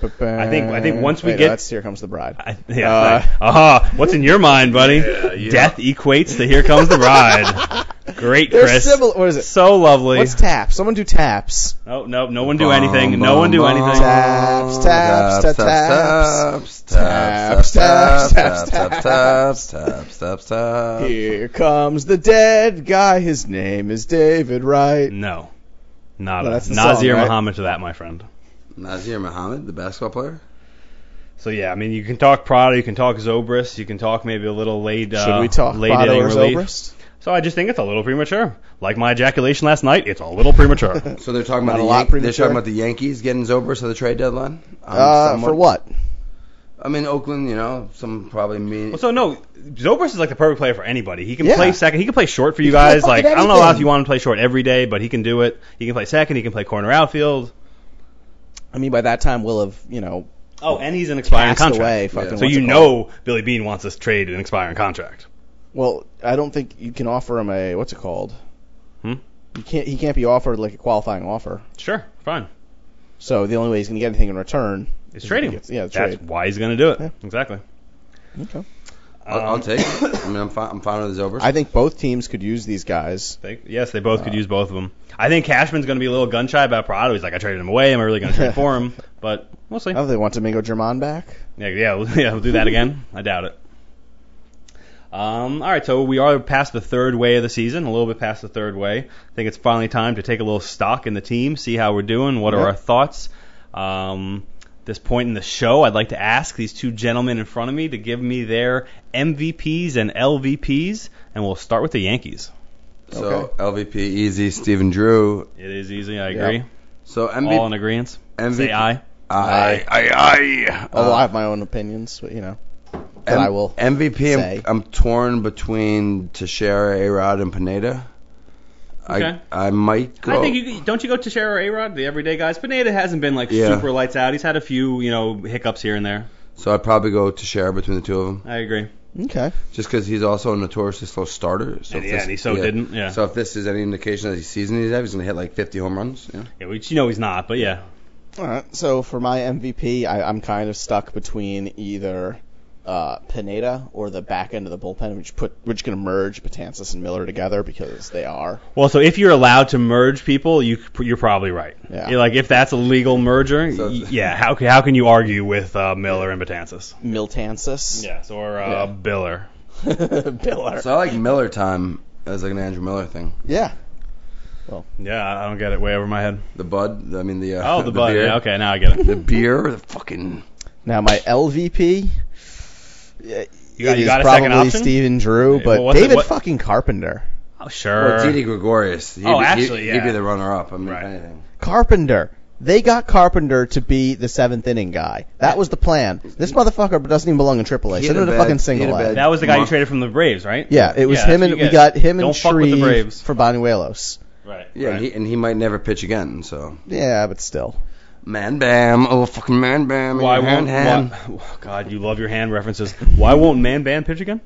S1: think- I think once we
S2: Wait,
S1: get-
S2: no, that's here comes the bride.
S1: I, yeah,
S2: Uh.
S1: aha! What's in your mind, buddy?
S3: yeah.
S1: Death equates to here comes the bride. Great,
S2: They're
S1: Chris.
S2: similar. What is it?
S1: So lovely.
S2: What's tap? Someone do taps.
S1: oh no, no one do anything. No one do anything.
S2: Taps, taps,
S3: taps,
S2: taps,
S3: taps,
S2: taps,
S3: taps, taps,
S2: taps,
S3: taps, taps, taps, taps, taps.
S2: Here comes the dead guy. His name is David Wright.
S1: No, not
S2: No,
S1: a,
S2: that's the
S1: Nazir
S2: song, right?
S1: Muhammad to that, my friend.
S3: Nazir Muhammad, the basketball player.
S1: So yeah, I mean, you can talk Prada, you can talk Zobrist, you can talk maybe a little late. Uh,
S2: Should we talk
S1: late
S2: Botto
S1: inning
S2: or
S1: relief.
S2: Zobrist?
S1: So I just think it's a little premature. Like my ejaculation last night, it's a little premature.
S3: So they're talking
S2: Not
S3: about
S2: a
S3: the
S2: lot
S3: Yan-
S2: premature.
S3: they're talking about the Yankees getting Zobrist at the trade deadline. I'm
S2: Uh,
S3: somewhat-
S2: for what?
S3: I mean, Oakland, you know, some probably mean.
S1: Well, so no, Zobrist is like the perfect player for anybody. He can
S2: Yeah.
S1: play second. He can play short for you
S2: can play
S1: guys. Like
S2: fucking
S1: I don't know if
S2: anything.
S1: you want him to play short every day, but he can do it. He can play second. He can play corner outfield.
S2: I mean, by that time we'll have you know
S1: Oh, and he's an expiring
S2: passed
S1: contract.
S2: away.
S3: Yeah.
S2: Fucking
S1: So
S2: what's
S1: you
S2: it called?
S1: know Billy Bean wants us to trade an expiring contract.
S2: Well, I don't think you can offer him a what's it called?
S1: Hmm?
S2: You can't. He can't be offered like a qualifying offer.
S1: Sure, fine.
S2: So the only way he's going to get anything in return.
S1: It's trading.
S2: It's- yeah, it's
S1: That's
S2: trade.
S1: why he's going to do it.
S2: Yeah.
S1: Exactly.
S2: Okay.
S3: I'll, I'll
S1: Um,
S3: take. It. I mean, I'm fine. I'm fine with Zobrist.
S2: I think both teams could use these guys.
S1: They, yes, they both could use both of them. I think Cashman's going to be a little gun shy about Prado. He's like, I traded him away. Am I really going to trade for him? But we'll see.
S2: I don't know if they want Domingo German back.
S1: Yeah, yeah, we'll, yeah, we'll do that again. I doubt it. Um, all right, so we are past the third way of the season, a little bit past the third way. I think it's finally time to take a little stock in the team, see how we're doing, what
S2: Yep.
S1: are our thoughts. Um, this point in the show, I'd like to ask these two gentlemen in front of me to give me their MVPs and LVPs, and we'll start with the Yankees.
S3: so LVP easy, Steven Drew.
S1: It is easy, I agree.
S3: So
S1: All in
S3: MVP.
S1: agreement.
S3: MVP
S1: Say aye.
S3: Aye, aye, aye.
S2: Although Oh,
S3: Uh,
S2: I have my own opinions, but you know, that I will.
S3: MVP.
S2: say.
S3: I'm, I'm torn between Teixeira, Arod, and Pineda.
S1: Okay.
S3: I I might go.
S1: I think you don't you go to Shara A Rod, the everyday guys. Pineda hasn't been like
S3: Yeah.
S1: super lights out. He's had a few you know hiccups here and there.
S3: so I'd probably go Teixeira between the two of them,
S1: I agree.
S2: Okay.
S3: just because he's also a notoriously slow starter. So
S1: And
S3: if
S1: yeah,
S3: this-
S1: and he so didn't, yeah.
S3: So if this is any indication of the season he's at, he's gonna hit like 50 home runs. Yeah.
S1: Yeah, which you know he's not, but yeah.
S2: All right. So for my MVP, I, I'm kind of stuck between either uh, Pineda or the back end of the bullpen, which put which can merge Batanzas and Miller together because they are.
S1: Well, so if you're allowed to merge people, you you're probably right.
S2: Yeah.
S1: You're like if that's a legal merger,
S3: So-
S1: y- yeah. How ca- how can you argue with uh, Miller and Batanzas?
S2: Miltansis.
S1: Yes, or uh,
S2: Yeah.
S1: Biller.
S2: Miller.
S3: So I like Miller time as like an Andrew Miller thing.
S2: yeah.
S1: Yeah, I I don't get it. Way over my head.
S3: The Bud. I mean the. Uh,
S1: Oh, the, bud.
S3: Beer.
S1: Yeah, okay, now I get it.
S3: The beer. The fucking.
S2: Now my LVP. yeah,
S1: You got-
S2: it
S1: you
S2: is
S1: got a
S2: probably
S1: second option?
S2: Steven Drew,
S1: Yeah,
S2: but
S1: well, what's it-
S2: David
S1: what-
S2: fucking Carpenter.
S1: Oh,
S3: Or
S1: sure.
S3: Didi Gregorius. He'd
S1: Oh,
S3: be-
S1: actually,
S3: he'd,
S1: yeah.
S3: He'd be the runner-up. I mean, if
S1: Right.
S3: anything.
S2: Carpenter. They got Carpenter to be the seventh inning guy. That was the plan. This motherfucker doesn't even belong in AAA.
S3: He
S2: Send
S3: had
S2: him
S3: a
S2: to
S3: bad-
S2: fucking
S3: he
S2: single
S3: had a
S2: A.
S3: bad-
S1: That was the guy you
S3: Mark-
S1: traded from the Braves, right?
S2: Yeah, it was
S1: Yeah,
S2: him
S1: that's what
S2: and we
S1: you
S2: got
S1: get.
S2: him and
S1: Don't fuck with the
S2: Shreve
S1: Braves.
S2: for Banuelos.
S1: Right.
S3: Yeah,
S1: right.
S3: and, he, and he might never pitch again. So
S2: Yeah, but still.
S3: man, bam, oh fucking man, bam.
S1: Why
S3: your
S1: won't
S3: hand, hand.
S1: why- oh, God? You love your hand references. Why won't Man Band pitch again?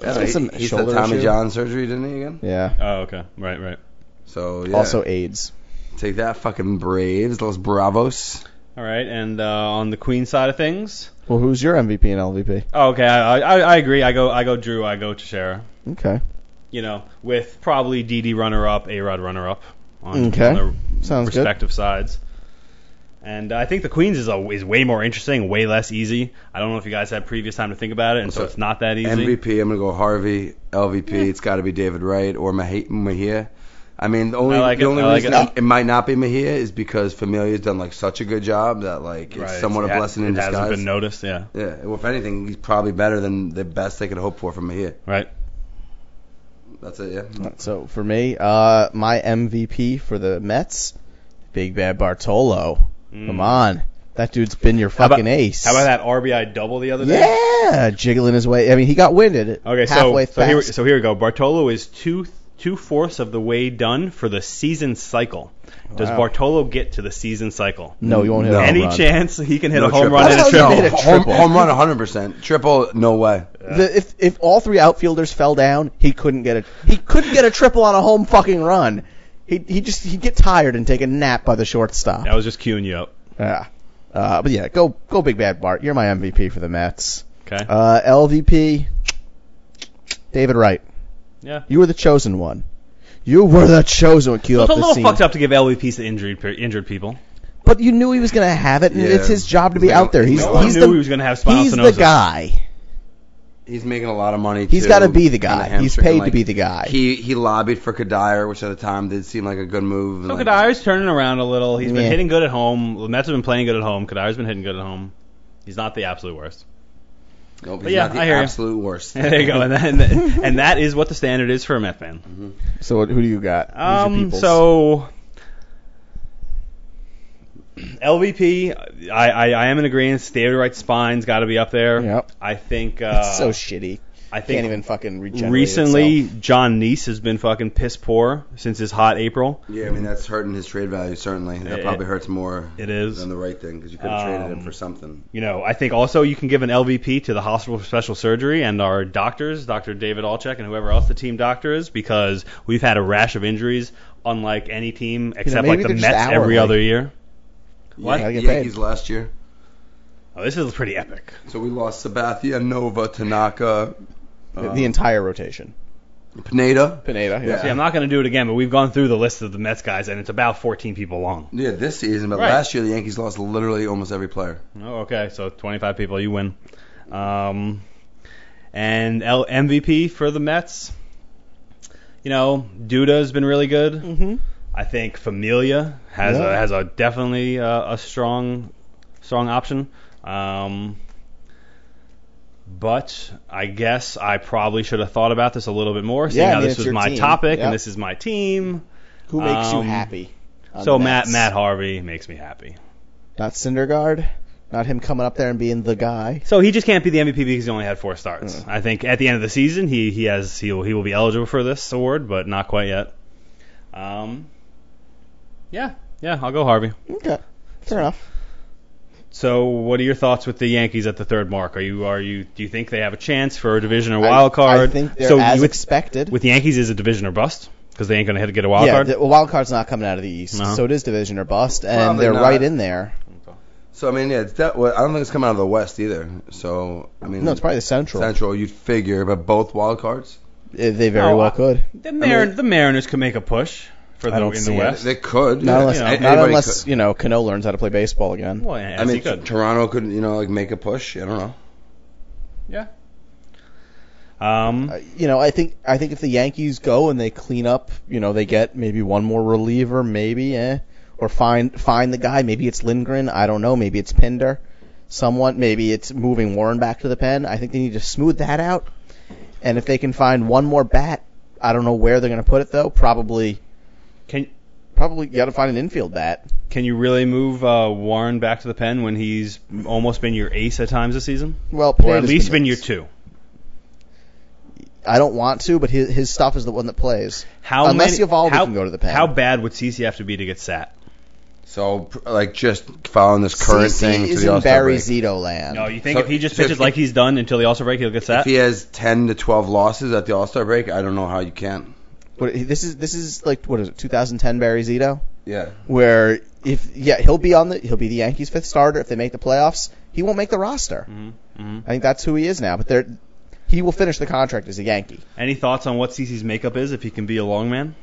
S3: Yeah,
S2: got
S3: he-
S2: some
S3: he's
S2: shoulder
S3: had Tommy
S2: issue.
S3: John surgery, didn't he? Again?
S2: Yeah.
S1: Oh, okay. Right, right.
S3: So yeah.
S2: Also AIDS.
S3: take that, fucking Braves, Los Bravos.
S1: All right. And uh, on the Queen side of things,
S2: Well, who's your MVP and LVP?
S1: oh, okay, I, I I agree. I go I go Drew. I go Teixeira.
S2: Okay.
S1: You know, with probably DD runner up, A Rod runner up on,
S2: Okay.
S1: on their
S2: Sounds good.
S1: respective sides. And I think the Queens is a, is way more interesting, way less easy. I don't know if you guys had previous time to think about it, and so,
S3: So,
S1: it's not that easy.
S3: MVP. I'm gonna go Harvey. LVP. It's got to be David Wright or Mejia. Mejia. I mean, the only
S1: I like
S3: the
S1: it.
S3: only
S1: I like
S3: reason
S1: it.
S3: it. might not be Mejia is because Familia's done like such a good job that like it's
S1: Right.
S3: somewhat
S1: Yeah,
S3: a blessing in
S1: it
S3: disguise.
S1: hasn't been noticed. Yeah,
S3: yeah, well, if anything, he's probably better than the best they could hope for from Mejia.
S1: right.
S3: That's it. Yeah.
S2: So for me, uh, my MVP for the Mets, Big Bad Bartolo. Come on, that dude's been your
S1: Mm. How about-
S2: fucking ace.
S1: How about that RBI double the other day?
S2: Yeah, jiggling his way. I mean, he got winded.
S1: Okay,
S2: halfway
S1: so so here, we-
S2: fast.
S1: so here we go. Bartolo is two two fourths of the way done for the season cycle. Does
S2: Wow.
S1: Bartolo get to the season cycle?
S2: no, you won't hit
S3: No.
S2: a home
S1: Any
S2: run.
S1: chance he can hit
S3: No
S1: a home
S3: triple.
S1: run and
S2: Oh,
S1: a
S2: no.
S1: triple?
S2: Hit a
S3: home,
S2: triple.
S3: home run 100 percent. Triple, no way.
S2: The, if if all three outfielders fell down, he couldn't get a he couldn't get a triple on a home fucking run. He he just he'd get tired and take a nap by the shortstop.
S1: I was just queuing you up.
S2: Yeah. Uh, but yeah, go go big bad Bart. You're my MVP for the Mets.
S1: Okay.
S2: Uh, LVP, David Wright.
S1: yeah.
S2: You were the chosen one. You were the chosen one. Cue
S1: It's
S2: up
S1: a
S2: the
S1: little
S2: scene.
S1: fucked up to give LVPs to injured pe- injured people.
S2: But you knew he was gonna have it, and
S3: Yeah.
S2: it's his job to be
S3: No-
S2: out there. He's
S1: No one
S2: he's
S1: knew
S2: the
S1: he was going to have spinal
S2: he's the
S1: stenosis.
S2: guy.
S3: He's making a lot of money.
S2: He's
S3: too,
S2: gotta be the
S3: on
S2: guy.
S3: hamstring,
S2: He's paid to
S3: like,
S2: be the guy.
S3: He he lobbied for Kadir, which at the time did seem like a good move. and,
S1: So
S3: like,
S1: Kadir's turning around a little. He's been
S2: Yeah.
S1: hitting good at home. The Mets have been playing good at home. Kadir's been hitting good at home. He's not the absolute worst.
S3: Nope,
S1: But
S3: he's
S1: yeah,
S3: not the
S1: I hear you.
S3: absolute worst.
S1: there you go. And, that, and, that- and that is what the standard is for a Mets fan.
S2: So what- who do you got? Who's your
S1: Um,
S2: peoples?
S1: so LVP, I, I, I am in agreement. David Wright's spine's got to be up there.
S2: Yep.
S1: I think. Uh,
S2: It's so shitty.
S1: I think
S2: Can't even fucking regenerate
S1: recently
S2: itself.
S1: John Neese has been fucking piss poor since his hot April.
S3: Yeah, I mean that's hurting his trade value certainly. That
S1: It-
S3: probably hurts more
S1: It is.
S3: than the right thing because you could have traded him
S1: Um,
S3: for something.
S1: you know, I think also you can give an LVP to the hospital for special surgery and our doctors, Dr. David Alcheck and whoever else the team doctor is, because we've had a rash of injuries unlike any team except
S2: maybe
S1: like the
S2: they're just
S1: Mets every
S2: hourly.
S1: other year.
S2: What?
S3: Yeah,
S2: Gotta get
S3: Yankees
S2: paid.
S3: last year.
S1: Oh, this is pretty epic.
S3: So we lost Sabathia, Nova, Tanaka,
S2: The-
S3: uh,
S2: the entire rotation.
S3: Pineda.
S2: Pineda.
S3: yeah.
S1: See, I'm not going to do it again, but we've gone through the list of the Mets guys, and it's about 14 people long.
S3: Yeah, this season, but
S1: Right.
S3: last year the Yankees lost literally almost every player.
S1: Oh, okay, so 25 people, you win. Um, and L- MVP for the Mets, you know, Duda's been really good.
S2: Mm-hmm.
S1: I think Familia has a,
S2: Yeah.
S1: has a definitely uh, a strong strong option. Um, but I guess I probably should have thought about this a little bit more, seeing
S2: Yeah, I
S1: how
S2: mean,
S1: this
S2: it's
S1: was
S2: your
S1: my
S2: team.
S1: topic
S2: Yep.
S1: and this is my team.
S2: Who makes you
S1: Um,
S2: happy? on
S1: so
S2: the
S1: Matt
S2: Mets?
S1: Matt Harvey makes me happy.
S2: Not Syndergaard. Not him coming up there and being the guy.
S1: So he just can't be the MVP because he only had four starts.
S2: Mm.
S1: I think at the end of the season he he has he will, he will be eligible for this award, but not quite yet. Um, yeah, yeah, I'll go Harvey.
S2: Okay. Fair enough.
S1: So, what are your thoughts with the Yankees at the third mark? Are you are you do you think they have a chance for a division or
S2: I-
S1: wild card?
S2: I think they're
S1: so
S2: as
S1: with,
S2: expected.
S1: with the Yankees is a division or bust because they ain't gonna hit get a wild
S2: yeah,
S1: card.
S2: the- well, wild card's not coming out of the East,
S1: No.
S2: so it is division or bust, and
S3: Probably
S2: they're
S3: not.
S2: right in there.
S3: So I mean, yeah, it's that. well, I don't think it's coming out of the West either. So I mean,
S2: No, it's probably the Central.
S3: Central. You'd figure, but both wild cards.
S2: Eh, They very
S1: No,
S2: well
S1: I-
S2: could.
S1: the, Mar-
S3: I mean-
S1: the Mariners could make a push for
S2: I
S1: the
S2: don't
S1: in the
S2: see it.
S1: West.
S3: They could.
S2: Not unless,
S1: you know,
S3: A-
S2: not
S3: anybody
S2: unless
S3: could.
S2: you know, Cano learns how to play baseball again.
S1: well, yeah,
S3: I mean,
S1: he could.
S3: Toronto could, you know, like make a push. I don't know.
S1: yeah. Um,
S2: Uh, you know, I think I think if the Yankees go and they clean up, you know, they get maybe one more reliever, maybe, eh, or find find the guy. Maybe it's Lindgren. I don't know. Maybe it's Pinder. Someone. Maybe it's moving Warren back to the pen. I think they need to smooth that out. And if they can find one more bat, I don't know where they're going to put it though. Probably,
S1: can
S2: probably got to find an infield bat.
S1: can you really move uh, Warren back to the pen when he's almost been your ace at times this season,
S2: Well,
S1: or at
S2: Piner's
S1: least been
S2: the-
S1: your two?
S2: I don't want to, but his, his stuff is the one that plays.
S1: How
S2: Unless
S1: many,
S2: Eovaldi
S1: how,
S2: can go to the pen.
S1: How bad would CC have to be to get sat?
S3: So pr- like just following this current
S2: CC
S3: thing to
S2: is
S3: the All
S2: in
S3: Star
S2: Barry
S3: break.
S2: Zito land.
S1: No, you think
S3: So-
S1: if he just
S3: so if
S1: pitches
S3: he-
S1: like he's done until the All-Star break, he'll get
S3: If
S1: sat?
S3: he has 10 to 12 losses at the All Star break, I don't know how you can.
S2: What, this is this is like what is it? 2010 Barry Zito,
S3: Yeah.
S2: where if yeah he'll be on the he'll be the Yankees' fifth starter if they make the playoffs. He won't make the roster.
S1: mhm.
S2: I think that's who he is now. But they're he will finish the contract as a Yankee.
S1: Any thoughts on what CC's makeup is if he can be a long man?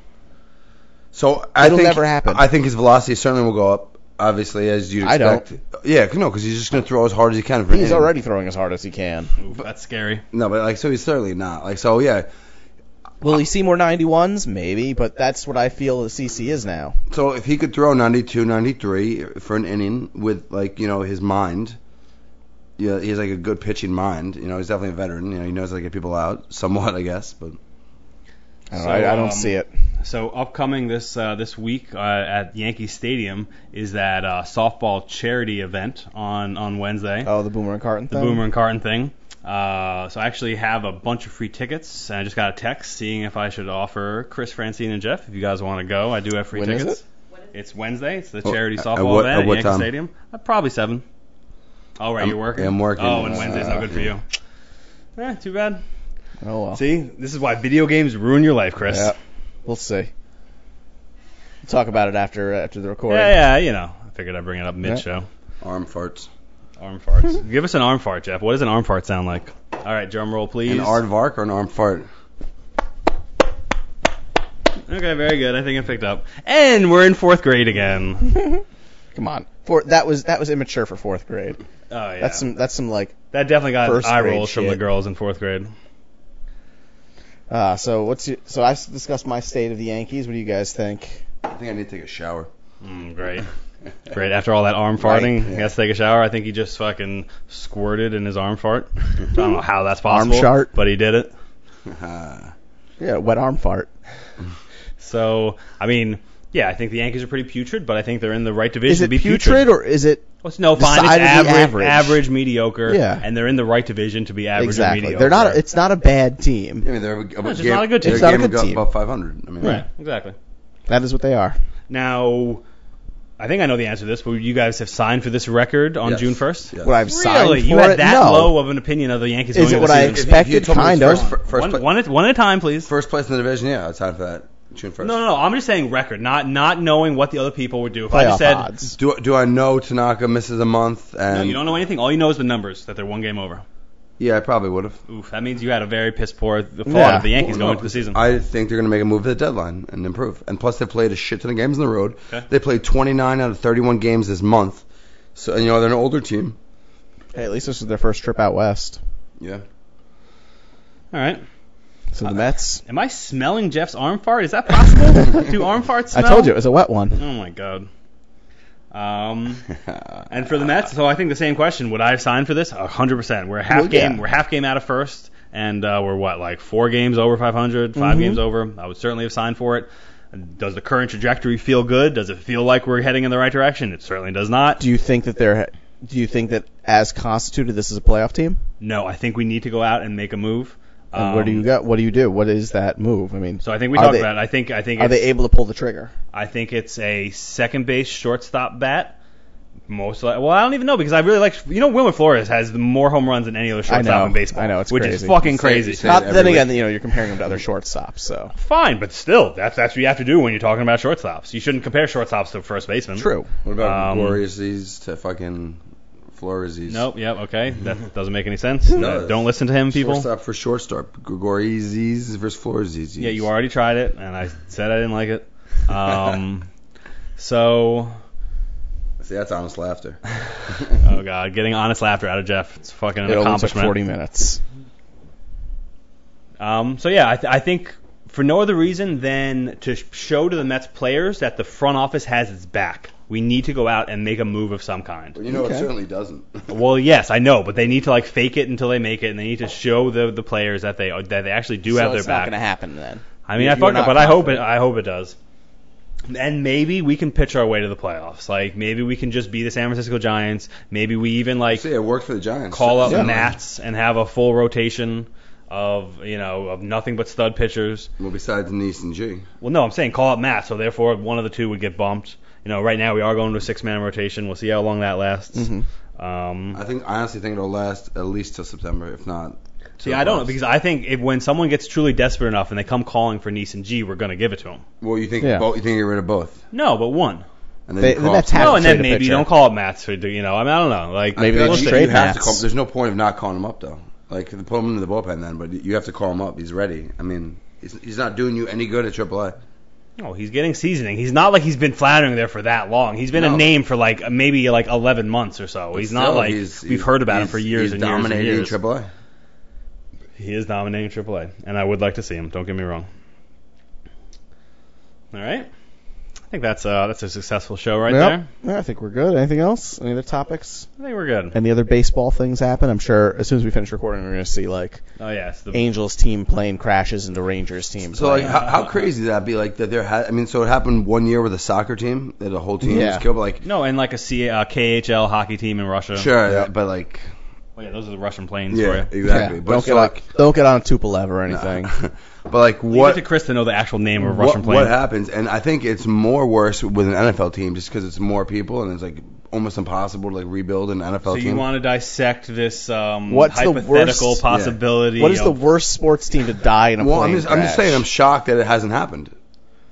S3: So I
S2: It'll
S3: think
S2: never happen.
S3: I think his velocity certainly will go up, obviously as you
S2: I don't.
S3: expect. Yeah, no, because he's just going to throw as hard as he can. For
S2: He's
S3: an inning.
S2: already throwing as hard as he can.
S1: Oof, that's scary.
S3: No, but like so he's certainly not. Like so yeah.
S2: Will he see more 91s? Maybe, but that's what I feel the CC is now.
S3: So if he could throw 92, 93 for an inning with like you know his mind, yeah, he has like a good pitching mind. You know, he's definitely a veteran. You know, he knows how to get people out somewhat, I guess. But
S2: I don't,
S1: So,
S2: know, I, I don't
S1: um,
S2: see it.
S1: So upcoming this uh, this week uh, at Yankee Stadium is that uh, softball charity event on on Wednesday.
S2: Oh, the Boomer and Carton
S1: the
S2: thing.
S1: Boomer and Carton thing. Uh, so I actually have a bunch of free tickets, and I just got a text seeing if I should offer Chris, Francine, and Jeff if you guys want to go. I do have free
S2: When is
S1: tickets.
S2: it?
S1: It's Wednesday. It's the
S3: Oh,
S1: charity
S3: at- at
S1: softball
S3: what-
S1: event
S3: at
S1: at,
S3: what
S1: Yankee
S3: time?
S1: Stadium. Uh, probably seven. All right,
S3: I'm-
S1: you're working.
S3: I'm working.
S1: Oh, and
S3: Uh,
S1: Wednesday's not good for you. Eh, too bad.
S2: Oh well.
S1: See, this is why video games ruin your life, Chris.
S2: Yeah, we'll see. We'll talk about it after uh, after the recording.
S1: Yeah, yeah, you know. I figured I'd bring it up mid-show.
S3: arm farts.
S1: Arm farts. Give us an arm fart, Jeff. What does an arm fart sound like? All right, drum roll, please.
S3: An aardvark or an arm fart?
S1: Okay, very good. I think I picked up. And we're in fourth grade again.
S2: Come on. For that was that was immature for fourth grade.
S1: Oh yeah.
S2: That's some that's some like
S1: that definitely got
S2: first
S1: eye
S2: grade
S1: rolls from the
S2: shit.
S1: girls in fourth grade.
S2: uh so what's your, so I s- discussed my state of the Yankees. What do you guys think?
S3: I think I need to take a shower.
S1: Mm, great. Great. After all that arm farting,
S3: yeah.
S1: he has to take a shower. I think he just fucking squirted in his arm fart. I don't know how that's possible.
S2: shart.
S1: But he did it.
S3: Ah.
S2: Yeah, wet arm fart.
S1: So I mean, yeah, I think the Yankees are pretty putrid, but I think they're in the right division
S2: Is
S1: to
S2: it
S1: be putrid.
S2: putrid, or is it
S1: What's no fine? It's
S2: Decidedly
S1: average, average,
S2: average.
S1: mediocre.
S2: Yeah.
S1: And they're in the right division to be average or
S2: exactly?
S1: mediocre.
S2: They're not. It's not a bad team.
S3: I mean, they're a, a,
S1: it's just not a good team.
S2: It's not a
S3: game
S2: good team.
S3: Above 500. I mean,
S1: right. Exactly.
S2: That is what they are.
S1: Now, I think I know the answer to this, but you guys have signed for this record on
S3: Yes.
S1: June 1st?
S3: Yes.
S2: What I've
S1: Really?
S2: signed
S1: you
S2: for
S1: had
S2: it?
S1: that
S2: no.
S1: low of an opinion of the Yankees
S2: Is
S1: going into
S2: it what
S1: the
S2: I
S1: season?
S3: If-
S2: expect?
S3: if you had told me
S2: Expected,
S3: this
S2: kind
S3: First, first,
S1: one,
S3: pla-
S1: one at, one at a time, please.
S3: first place in the division, yeah, it's time for that. June 1st.
S1: no, no, no. I'm just saying record, not not knowing what the other people would do. If I
S2: Playoff
S1: just said,
S2: odds.
S3: Do, do I know Tanaka misses a month? And
S1: no, you don't know anything, all you know is the numbers, that they're one game over.
S3: Yeah, I probably would have.
S1: Oof, that means you had a very piss poor th- thought
S2: Yeah.
S1: of the Yankees going
S3: Well, no,
S1: into the season.
S3: I think they're going to make a move at the deadline and improve. And plus, they played a shit ton of games on the road.
S1: Okay.
S3: They played 29 out of 31 games this month. So you know they're an older team.
S2: Hey, at least this is their first trip out west.
S3: Yeah.
S1: all right.
S2: So the Mets.
S1: Am I smelling Jeff's arm fart? Is that possible? do arm farts
S2: I
S1: smell?
S2: told you it was a wet one.
S1: Oh, my God. Um...
S3: Ah.
S1: And for the Mets, so I think the same question: Would I have signed for this? A hundred percent. We're a half
S2: Well,
S1: game.
S2: yeah.
S1: We're half game out of first, and uh, we're what like four games over 500, 5
S2: Mhm.
S1: games over. I would certainly have signed for it. Does the current trajectory feel good? Does it feel like we're heading in the right direction? It certainly does not.
S2: Do you think that they're? Do you think that as constituted, this is a playoff team?
S1: no, I think we need to go out and make a move. Um,
S2: And where do you go? What do you do? What is that move? I mean,
S1: So I think we
S2: are
S1: talked
S2: they-
S1: about. It. I think I think
S2: are
S1: it's,
S2: they able to pull the trigger?
S1: I think it's a second base shortstop bat. Most like, well, I don't even know because I really like you know Wilmer Flores has more home runs than any other
S2: I know.
S1: shortstop in baseball.
S2: I know, it's
S1: which is
S2: crazy.
S1: fucking
S3: Same-
S1: crazy.
S3: same-
S2: Not,
S3: every
S2: then
S3: week.
S2: again, you know, you're comparing them to other shortstops, so
S1: Fine, but still, that's that's what you have to do when you're talking about shortstops. You shouldn't compare shortstops to first baseman.
S2: true.
S3: What about
S1: Um,
S3: Glorious's to fucking Flores?
S1: Nope. Yep. Okay. That doesn't make any sense. Uh,
S3: does.
S1: don't listen to him, people.
S3: Shortstop for shortstop. Glorious's versus Flores.
S1: Yeah, you already tried it, and I said I didn't like it. Um, so,
S3: See, that's honest laughter.
S1: oh god, getting honest laughter out of Jeff. It's fucking an
S2: It only took
S1: accomplishment.
S2: 40 minutes.
S1: Um, so yeah, I, th- I think for no other reason than to sh- show to the Mets players that the front office has its back. We need to go out and make a move of some kind.
S3: But you know, it
S2: Okay.
S3: certainly doesn't.
S1: Well, yes, I know, but they need to like fake it until they make it, and they need to show the the players that they are, that they actually do have their back.
S2: happen then.
S1: I mean,
S2: You're
S1: I fucked
S2: not
S1: up, but I hope it.
S2: confident.
S1: I hope it does. And maybe we can pitch our way to the playoffs. Like maybe we can just be the San Francisco Giants. Maybe we even like
S3: See, it worked for the Giants.
S1: call up
S2: Yeah.
S1: Nats and have a full rotation of you know of nothing but stud pitchers.
S3: Well, besides Denise and G.
S1: Well, no, I'm saying call up Matt, so therefore one of the two would get bumped. You know, right now we are going to a six-man rotation. We'll see how long that lasts. Um,
S3: I think I honestly think it'll last at least till September, if not. till
S1: See, I don't know
S3: August.
S1: because I think if when someone gets truly desperate enough and they come calling for Nice and G, we're going to give it to them.
S3: Well, you think
S2: Yeah.
S3: both, you think you're rid of both,
S1: No, but one.
S3: and
S2: They-
S3: you
S2: the
S3: call
S2: Mets
S3: up-
S2: have-
S1: No, and then
S2: trade a
S1: maybe you
S2: pitcher.
S1: don't call up Mats for you know. I mean, I don't know. Like
S2: Maybe
S3: I
S2: they
S3: feel
S2: just
S3: like
S2: trade
S3: you have to
S2: Nats.
S3: call, There's no point of not calling him up though. Like put him into the bullpen then, but you have to call him up. He's ready. I mean, he's, he's not doing you any good at AAA.
S1: no, he's getting seasoning. He's not like he's been flattering there for that long. He's been a
S3: No.
S1: name for like maybe like 11 months or so. He's not
S3: Still,
S1: like
S3: he's-
S1: we've
S3: he's-
S1: heard about him
S3: he's-
S1: for years
S3: he's
S1: and years and
S3: dominating
S1: years.
S3: AAA.
S1: He is dominating AAA, and I would like to see him. Don't get me wrong. All right, I think that's uh, that's a successful show right
S2: Yep.
S1: there.
S2: Yeah, I think we're good. Anything else? Any other topics?
S1: I think we're good.
S2: Any other baseball things happen? I'm sure as soon as we finish recording, we're going to see like
S1: Oh yes, the
S2: Angels team plane crashes into Rangers team.
S3: So like,
S2: plane.
S3: how, how crazy that be? Like that there had. I mean, so it happened one year with a soccer team that a whole team
S2: Yeah.
S3: was killed. But like,
S1: no, and like a C- uh, KHL hockey team in Russia.
S3: sure, but like,
S1: Oh, yeah, those are the Russian planes for
S3: yeah,
S1: you.
S3: exactly.
S2: Yeah,
S3: But
S2: don't
S3: so
S2: get
S3: like,
S2: on, don't get on a Tupolev or anything.
S3: but like
S1: Leave it
S3: what?
S1: to Chris to know the actual name of a Russian
S3: What,
S1: plane.
S3: what happens? And I think it's more worse with an NFL team just because it's more people and it's like almost impossible to like rebuild an NFL
S1: so
S3: team.
S1: you want to dissect this um,
S2: What's the
S1: hypothetical
S2: worst-
S1: possibility?
S2: What is the
S1: of,
S2: worst sports team to die in a
S3: well,
S2: plane
S3: I'm just
S2: crash?
S3: I'm just saying I'm shocked that it hasn't happened.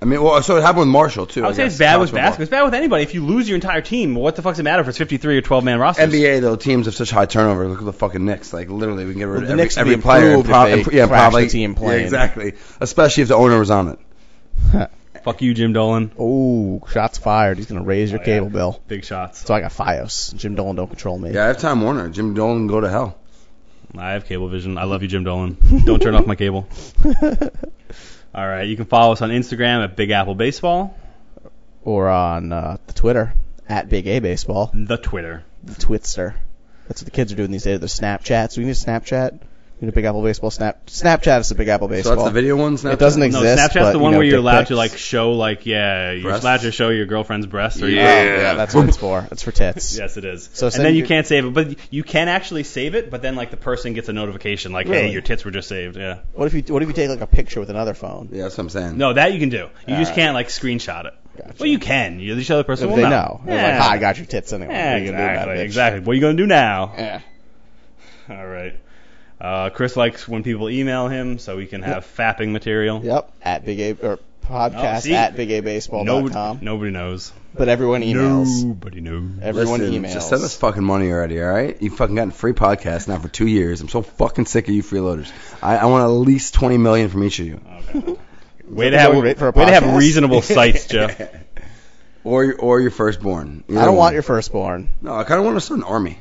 S3: I mean, well, so it happened with Marshall too.
S1: I would say
S3: guess.
S1: it's bad with
S3: College football.
S1: basketball. It's bad with anybody. If you lose your entire team, what the fuck's it matter if it's 53 or 12 man rosters?
S3: NBA though, teams have such high turnover. Look at the fucking Knicks. Like literally, we can get
S2: Well,
S3: rid of
S2: the
S3: every,
S2: Knicks would
S3: every
S2: be
S3: player.
S2: improved if they
S3: yeah,
S2: crashed
S3: probably
S2: the team
S3: yeah,
S2: plane.
S3: exactly. Especially if the owner was on it.
S1: Fuck you, Jim Dolan.
S2: Oh, shots fired. He's going to raise your
S1: Oh, yeah.
S2: cable bill.
S1: Big shots.
S2: So I got Fios. Jim Dolan don't control me.
S3: Yeah, I have Time Warner. Jim Dolan go to hell.
S1: I have cable vision. I love you, Jim Dolan. Don't turn off my cable. All right. You can follow us on Instagram at Big Apple Baseball,
S2: Or on uh, the Twitter at Big A Baseball,
S1: the Twitter.
S2: the Twitster. That's what the kids are doing these days. They're Snapchats. We need a Snapchat. We need a Big Apple Baseball snap. Snapchat is the Big Apple
S3: So
S2: Baseball.
S3: that's the video one. Snapchat?
S2: It doesn't
S1: No,
S2: exist.
S1: Snapchat's
S2: but,
S1: the
S2: you
S1: one
S2: know,
S1: where you're
S2: dick
S1: allowed
S2: pics.
S1: to like show like yeah, you're
S3: Breasts?
S1: allowed to show your girlfriend's breasts or your-
S2: Oh, yeah.
S3: Yeah.
S2: that's what it's for. It's for tits.
S1: Yes, it is.
S2: So
S1: and
S2: send
S1: then you
S2: your-
S1: can't save it, but you can actually save it. But then like the person gets a notification like,
S2: Really?
S1: hey, your tits were just saved. Yeah.
S2: What if you What if you take like a picture with another phone?
S3: Yeah, that's what I'm saying.
S1: No, that you can do. You just
S2: Alright.
S1: can't like screenshot it.
S2: Gotcha.
S1: Well, you can. You the other person
S2: If
S1: will
S2: they
S1: know.
S2: know. They're like,
S1: Yeah.
S2: "Hi, I got your tits anyway.
S1: Yeah,
S2: What are you gonna do about it,
S1: exactly.
S2: bitch?"
S1: exactly. What are you gonna do now?
S2: Yeah.
S1: All right. Uh, Chris likes when people email him, so we can have fapping material.
S2: Yep. At Big A or
S1: Oh,
S2: podcast
S1: see?
S2: at bigabaseball.com.
S1: Nobody, nobody knows.
S2: But everyone emails.
S1: Nobody knows.
S2: Everyone
S3: Listen,
S2: emails.
S3: just send us fucking money already, all right? You fucking gotten free podcasts now for two years. I'm so fucking sick of you freeloaders. I, I want at least 20 million from each of you,
S1: Way to
S2: Is that
S1: have
S2: the right rate for a
S1: way to have
S2: podcast?
S1: reasonable sites, Jeff.
S3: or your- or your firstborn.
S2: I don't want your firstborn.
S3: No, I kind of want to start an army.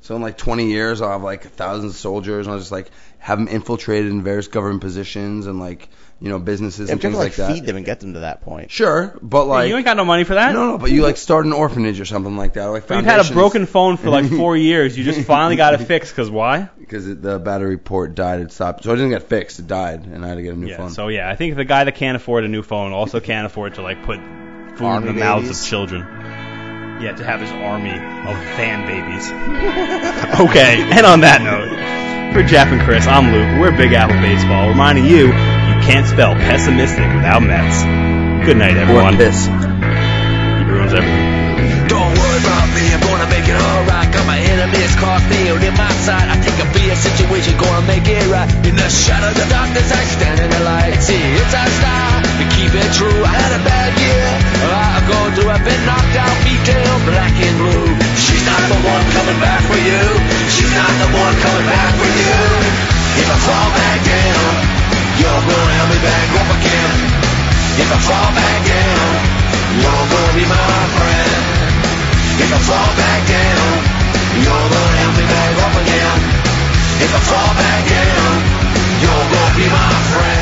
S3: So in like 20 years, I'll have like a thousand soldiers, and I'll just like have them infiltrated in various government positions and like you know businesses
S2: Yeah, I'm
S3: and
S2: trying
S3: things
S2: to like,
S3: like,
S2: feed
S3: that.
S2: them and get them to that point.
S3: Sure, but like
S1: you ain't got no money for that.
S3: no, no, but you like start an orphanage or something like that. or, Like
S1: You've had a
S3: foundations.
S1: broken phone for like four years. You just finally got it fixed because why?
S3: because it- the battery port died. It stopped, so it didn't get fixed. It died, and I had to get a new
S1: Yeah.
S3: phone.
S1: So yeah, I think the guy that can't afford a new phone also can't afford to like put food
S2: Army
S1: in the mouths
S2: babies.
S1: of children. Yeah, to have his army of fan babies. okay, and on that note, for Jeff and Chris, I'm Luke. We're Big Apple Baseball, reminding you you can't spell pessimistic without Mets. Good night,
S3: Or
S1: everyone.
S3: piss.
S1: Ruins everything.
S4: Don't worry about me, I'm gonna make it alright. Got my enemies caught nailed in my side. I think I'll be a situation, gonna make it right. In the shadow, the darkness, I stand in the light. See, it's our style to keep it true. I had a bad year, I've gone through. I've been knocked out, beat down, black and blue. She's not the one coming back for you. She's not the one coming back for you. If I fall back down, you're gonna help me back up again. If I fall back down, you're gonna be my friend. If I fall back down, you're gonna help me back up again. If I fall back down, you're gonna be my friend.